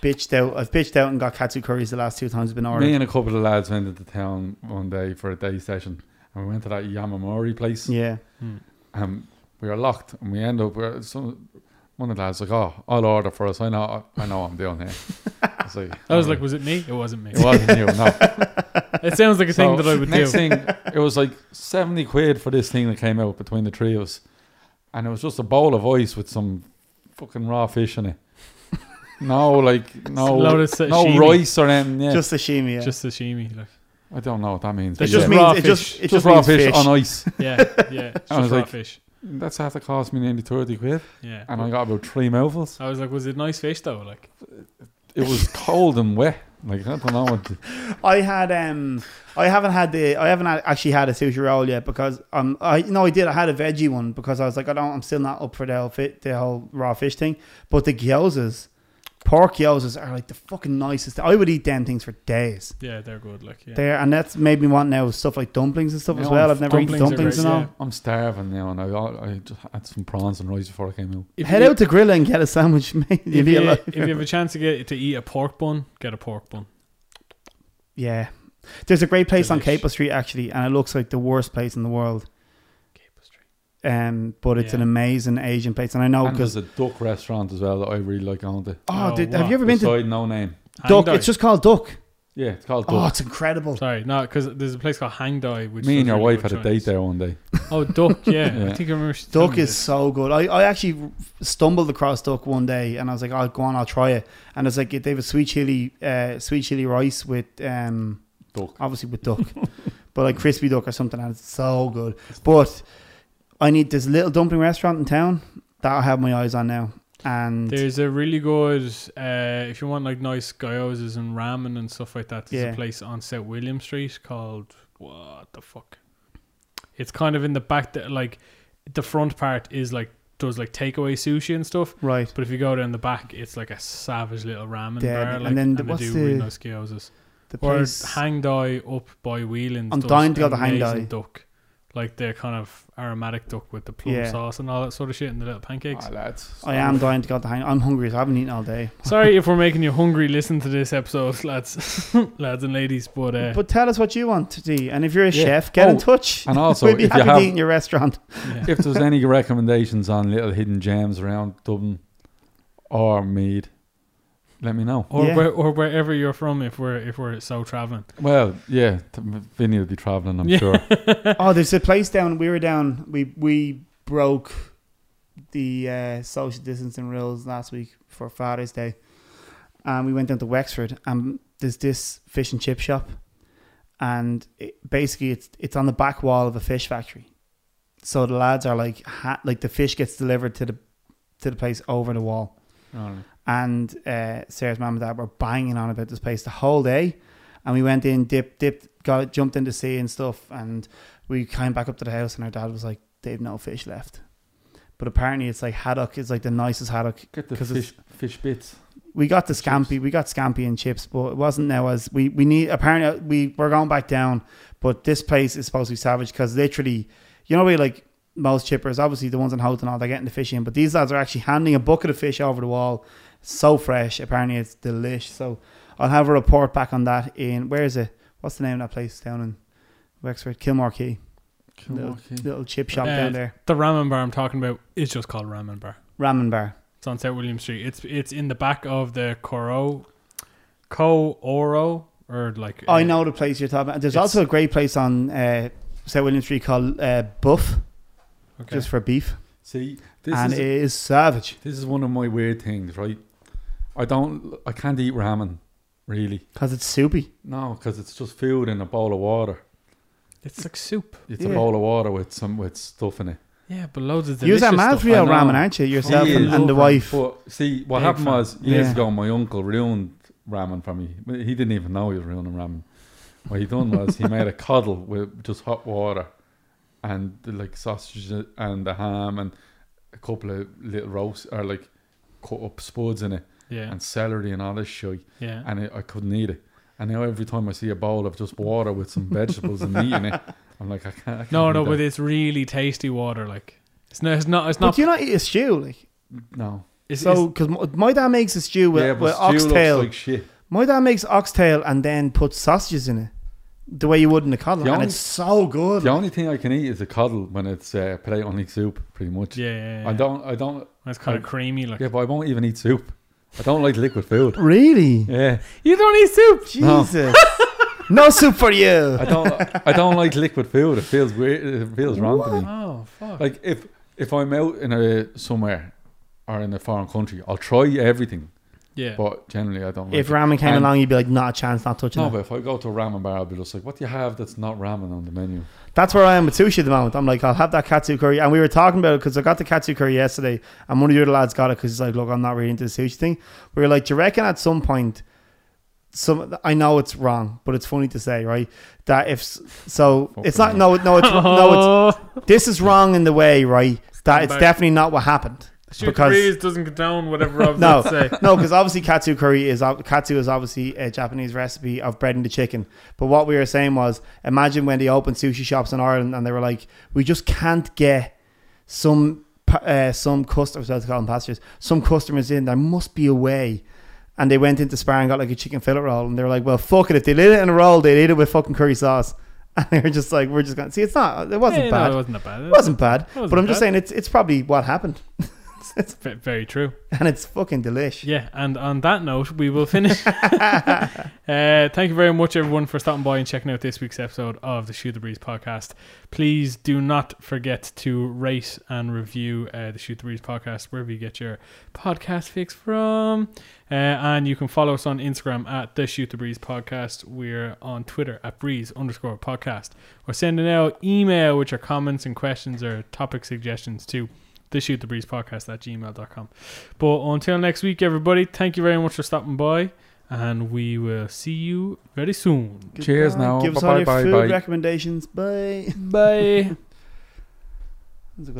Speaker 2: bitched out. I've bitched out and got katsu curries the last two times I've been ordered.
Speaker 3: me and a couple of lads went into town one day for a day session, and we went to that Yamamori place.
Speaker 2: Yeah,
Speaker 1: Hmm.
Speaker 3: um, we were locked and we end up we some one of the lads like oh I'll order for us I know I know what I'm doing here I was like,
Speaker 1: I was
Speaker 3: "Oh,
Speaker 1: like, was it me? It wasn't me.
Speaker 3: it wasn't you no
Speaker 1: it sounds like a thing that I would do.
Speaker 3: next thing it was like 70 quid for this thing that came out between the three of us and it was just a bowl of ice with some fucking raw fish in it no like no
Speaker 1: Load
Speaker 3: no
Speaker 1: of sashimi.
Speaker 3: rice or anything yeah.
Speaker 2: just sashimi. Yeah.
Speaker 1: just sashimi. Like,
Speaker 3: I don't know what that
Speaker 2: it
Speaker 3: means but
Speaker 1: It's
Speaker 2: just
Speaker 3: yeah.
Speaker 1: me- raw
Speaker 2: means it just
Speaker 1: fish.
Speaker 2: it
Speaker 3: just
Speaker 2: just
Speaker 3: raw
Speaker 2: means
Speaker 3: fish,
Speaker 2: fish.
Speaker 3: on ice
Speaker 1: yeah, yeah. It's
Speaker 3: I was
Speaker 1: just raw
Speaker 3: like-
Speaker 1: fish.
Speaker 3: that's half to cost me nearly 30 quid
Speaker 1: Yeah.
Speaker 3: and I got about three mouthfuls
Speaker 1: I was like, was it nice fish though? Like,
Speaker 3: it was cold and wet like I don't know what
Speaker 2: I had um, I haven't had the I haven't had, actually had a sushi roll yet because um, I no I did I had a veggie one because I was like I don't I'm still not up for the whole fit the whole raw fish thing. But the gyozas, pork gyozas are like the fucking nicest. I would eat them things for days.
Speaker 1: yeah, they're good. Like, yeah.
Speaker 2: There and that's made me want now stuff like dumplings and stuff as
Speaker 3: Yeah,
Speaker 2: well. I've never eaten
Speaker 1: dumplings are
Speaker 2: dumplings
Speaker 1: great,
Speaker 2: and all.
Speaker 1: yeah.
Speaker 3: I'm starving now, and I I just had some prawns and rice before I came out.
Speaker 1: If
Speaker 2: Head
Speaker 1: you-
Speaker 2: out to Grilla and get a sandwich, mate. You'll
Speaker 1: If
Speaker 2: be
Speaker 1: you,
Speaker 2: alive.
Speaker 1: if you have a chance to get to eat a pork bun, get a pork bun.
Speaker 2: Yeah. There's a great place on
Speaker 1: Delish.
Speaker 2: Capel Street, actually, and it looks like the worst place in the world.
Speaker 1: Capel Street.
Speaker 2: Um, but it's
Speaker 1: Yeah.
Speaker 2: an amazing Asian place. And I know
Speaker 3: and there's
Speaker 2: because.
Speaker 3: a duck restaurant as well that I really like going to.
Speaker 2: Oh,
Speaker 1: Oh,
Speaker 2: dude,
Speaker 1: wow.
Speaker 2: have you ever been to
Speaker 3: Beside no name.
Speaker 2: Duck?
Speaker 1: Hangdai.
Speaker 2: It's just called Duck.
Speaker 3: Yeah, it's called
Speaker 2: Oh,
Speaker 3: Duck.
Speaker 2: it's incredible.
Speaker 1: Sorry, no, because there's a place called Hang Dye.
Speaker 2: Oh,
Speaker 1: Which
Speaker 3: Me
Speaker 1: does
Speaker 3: and your
Speaker 1: really
Speaker 3: wife
Speaker 1: good
Speaker 3: had a
Speaker 1: Chinese.
Speaker 3: date there one day.
Speaker 1: Oh, Duck, yeah.
Speaker 3: Yeah.
Speaker 1: I think I remember. she telling
Speaker 2: Duck
Speaker 1: me
Speaker 2: is
Speaker 1: this.
Speaker 2: so good. I, I actually stumbled across duck one day and I was like, oh, go on, I'll try it. And it's like, they have a sweet chili, uh, sweet chili rice with, um,
Speaker 3: Duck.
Speaker 2: obviously with duck, but like crispy duck or something. And it's so good. But I need this little dumpling restaurant in town that I have my eyes on now. And
Speaker 1: There's a really good, uh, if you want like nice gyozas and ramen and stuff like that, there's
Speaker 2: Yeah.
Speaker 1: a place on South William Street called, what the fuck? It's kind of in the back, that, like the front part is like, does like takeaway sushi and stuff.
Speaker 2: right.
Speaker 1: But if you go down the back, it's like a savage little ramen
Speaker 2: Yeah,
Speaker 1: bar.
Speaker 2: and
Speaker 1: Like,
Speaker 2: then
Speaker 1: and
Speaker 2: the-
Speaker 1: they
Speaker 2: what's
Speaker 1: do
Speaker 2: the-
Speaker 1: really nice gyozas.
Speaker 2: The
Speaker 1: Or
Speaker 2: place,
Speaker 1: Hang Dai up by Whelan's.
Speaker 2: I'm
Speaker 1: does
Speaker 2: dying to go to Hang
Speaker 1: amazing
Speaker 2: Dai.
Speaker 1: Duck. Like the kind of aromatic duck with the plum
Speaker 2: Yeah.
Speaker 1: sauce and all that sort of shit and the little pancakes.
Speaker 3: Ah, lads.
Speaker 2: I am dying to go to hang. I'm hungry. So I haven't eaten all day.
Speaker 1: Sorry if we're making you hungry. Listen to this episode, lads, lads and ladies. But, uh,
Speaker 2: But tell us what you want to do. And if you're a
Speaker 3: Yeah.
Speaker 2: chef, get in
Speaker 3: Oh,
Speaker 2: touch.
Speaker 3: And also,
Speaker 2: We'd be
Speaker 3: if you
Speaker 2: happy to eat in
Speaker 3: have,
Speaker 2: your restaurant.
Speaker 1: yeah.
Speaker 3: if there's any recommendations on little hidden gems around Dublin or Mead, let me know.
Speaker 1: or
Speaker 2: Yeah.
Speaker 1: where, or wherever you're from, if we're if we're so traveling,
Speaker 3: Well, yeah, t- Vinny will be travelling, I'm
Speaker 1: Yeah.
Speaker 3: sure.
Speaker 2: Oh, there's a place down. We were down. We we broke the uh, social distancing rules last week for Father's Day, and we went down to Wexford. And there's this fish and chip shop, and it, basically it's it's on the back wall of a fish factory. So the lads are like ha- like the fish gets delivered to the to the place over the wall
Speaker 3: Alright.
Speaker 2: and uh, Sarah's mum and dad were banging on about this place the whole day. And we went in, dipped, dipped, got jumped into sea and stuff. And we came back up to the house, and her dad was like, "They've no fish left." But apparently, it's like haddock is like the nicest haddock.
Speaker 3: Get the
Speaker 2: 'Cause
Speaker 3: fish, fish bits.
Speaker 2: We got the scampi, we got scampi and chips, but it wasn't now as we we need. Apparently, uh, we we're going back down, but this place is supposed to be savage because literally, you know, we like most chippers. Obviously, the ones in Houghton, all they're getting the fish in, but these lads are actually handing a bucket of fish over the wall so fresh. Apparently, it's delish. So I'll have a report back on that. In where is it? What's the name of that place down in Wexford? Kilmore Key,
Speaker 3: Come
Speaker 2: little chip shop
Speaker 1: Uh,
Speaker 2: down there.
Speaker 1: the ramen bar I'm talking about is just called ramen bar.
Speaker 2: Ramen bar.
Speaker 1: It's on South William Street. It's it's in the back of the Coro, Co Oro or like.
Speaker 2: I
Speaker 1: uh,
Speaker 2: know the place you're talking about. There's
Speaker 1: It's-
Speaker 2: also a great place on uh, St William Street called uh, Buff,
Speaker 1: Okay.
Speaker 2: just for beef,
Speaker 3: See, this
Speaker 2: and
Speaker 3: is
Speaker 2: it is savage.
Speaker 3: this is one of my weird things, right? I don't, I can't eat ramen, really.
Speaker 2: Cause it's soupy.
Speaker 3: No, because it's just food in a bowl of water.
Speaker 1: it's like soup.
Speaker 3: It's a
Speaker 2: Yeah.
Speaker 3: bowl of water with some with stuff in it.
Speaker 1: Yeah, but loads of
Speaker 2: You
Speaker 1: delicious
Speaker 2: are mad
Speaker 1: stuff.
Speaker 2: for your
Speaker 3: I know.
Speaker 2: ramen, aren't you? Yourself
Speaker 3: He
Speaker 2: and,
Speaker 3: is.
Speaker 2: and the wife.
Speaker 3: But see, what
Speaker 1: Big
Speaker 3: happened
Speaker 1: fan.
Speaker 3: was years
Speaker 2: Yeah.
Speaker 3: ago, my uncle ruined ramen for me. He didn't even know he was ruining ramen. What he done was he made a coddle with just hot water, and the, like sausages and the ham and a couple of little roast or like cut up spuds in it
Speaker 1: Yeah,
Speaker 3: and celery and all this shit,
Speaker 1: yeah.
Speaker 3: and it, I couldn't eat it. And now every time I see a bowl of just water with some vegetables and meat in it, I'm like, I can't. I can't
Speaker 1: No, no,
Speaker 3: eat
Speaker 1: but
Speaker 3: that.
Speaker 1: it's really tasty water. Like it's not. It's not. It's
Speaker 2: But
Speaker 1: not.
Speaker 2: you're not eating stew, like
Speaker 3: no.
Speaker 1: It's,
Speaker 2: so. Because my dad makes a stew with,
Speaker 3: yeah,
Speaker 2: with
Speaker 3: but stew
Speaker 2: oxtail.
Speaker 3: looks like shit.
Speaker 2: My dad makes oxtail and then puts sausages in it, the way you would in a coddle,
Speaker 3: The
Speaker 2: and
Speaker 3: only-
Speaker 2: it's so good.
Speaker 3: The only thing I can eat is a coddle when it's uh, plate only soup, pretty much.
Speaker 1: it's, yeah, yeah, yeah.
Speaker 3: I don't, I don't.
Speaker 1: It's kind of creamy. Like
Speaker 3: Yeah, but I won't even eat soup. I don't like liquid food.
Speaker 2: Really?
Speaker 3: Yeah,
Speaker 1: you don't eat soup.
Speaker 3: No.
Speaker 2: Jesus. no soup for you.
Speaker 3: I don't, I don't like liquid food. It feels weird. It feels wrong to me.
Speaker 1: Oh fuck.
Speaker 3: Like if if I'm out in a somewhere or in a foreign country, I'll try everything.
Speaker 1: yeah.
Speaker 3: But generally, I don't. Like
Speaker 2: If
Speaker 3: it.
Speaker 2: ramen came
Speaker 3: And-
Speaker 2: along, you'd be like, not a chance, not touching
Speaker 3: no,
Speaker 2: it.
Speaker 3: but if I go to a ramen bar, I'll be just like, what do you have that's not ramen on the menu?
Speaker 2: That's where I am with sushi at the moment. I'm like, I'll have that katsu curry. And we were talking about it because I got the katsu curry yesterday, and one of your lads got it because he's like, look, I'm not really into the sushi thing. We were like, do you reckon at some point, some I know it's wrong, but it's funny to say, right? That if s- so,
Speaker 3: Fucking
Speaker 2: it's not. No, no, it's no, it's this is wrong in the way, right? That
Speaker 1: Stand
Speaker 2: it's
Speaker 1: back.
Speaker 2: definitely not what happened.
Speaker 1: Shoot
Speaker 2: because-
Speaker 1: breeze doesn't condone whatever I've
Speaker 2: No.
Speaker 1: no. say.
Speaker 2: No, because obviously katsu curry is ob- katsu is obviously a Japanese recipe of bread and the chicken. But what we were saying was, imagine when they opened sushi shops in Ireland and they were like, we just can't get some pa- uh, some customers, I was calling passengers, some customers in. There must be a way. And they went into Spar and got like a chicken fillet roll, and they were like, "Well, fuck it. If they did it in a roll, they'd eat it with fucking curry sauce." And they were just like, "We're just gonna see. It's not. It wasn't
Speaker 1: Yeah,
Speaker 2: bad.
Speaker 1: No, it wasn't that bad.
Speaker 2: It wasn't bad,
Speaker 1: wasn't
Speaker 2: but I'm just
Speaker 1: bad.
Speaker 2: saying it's it's probably what happened.
Speaker 1: It's ve- very true.
Speaker 2: and it's fucking delish.
Speaker 1: Yeah, and on that note, we will finish. Uh, thank you very much, everyone, for stopping by and checking out this week's episode of the Shoot the Breeze podcast. Please do not forget to rate and review uh, the Shoot the Breeze podcast wherever you get your podcast fix from. Uh, and you can follow us on Instagram at the Shoot the Breeze podcast. We're on Twitter at Breeze underscore podcast. Or send an out email with your comments and questions or topic suggestions to the Shoot the Breeze podcast at gmail.com. But until next week, everybody, thank you very much for stopping by and we will see you very soon.
Speaker 3: Cheers now.
Speaker 2: Give us
Speaker 3: Bye,
Speaker 2: all your
Speaker 3: bye,
Speaker 2: food
Speaker 3: bye.
Speaker 2: recommendations. Bye.
Speaker 1: Bye.
Speaker 2: That's a good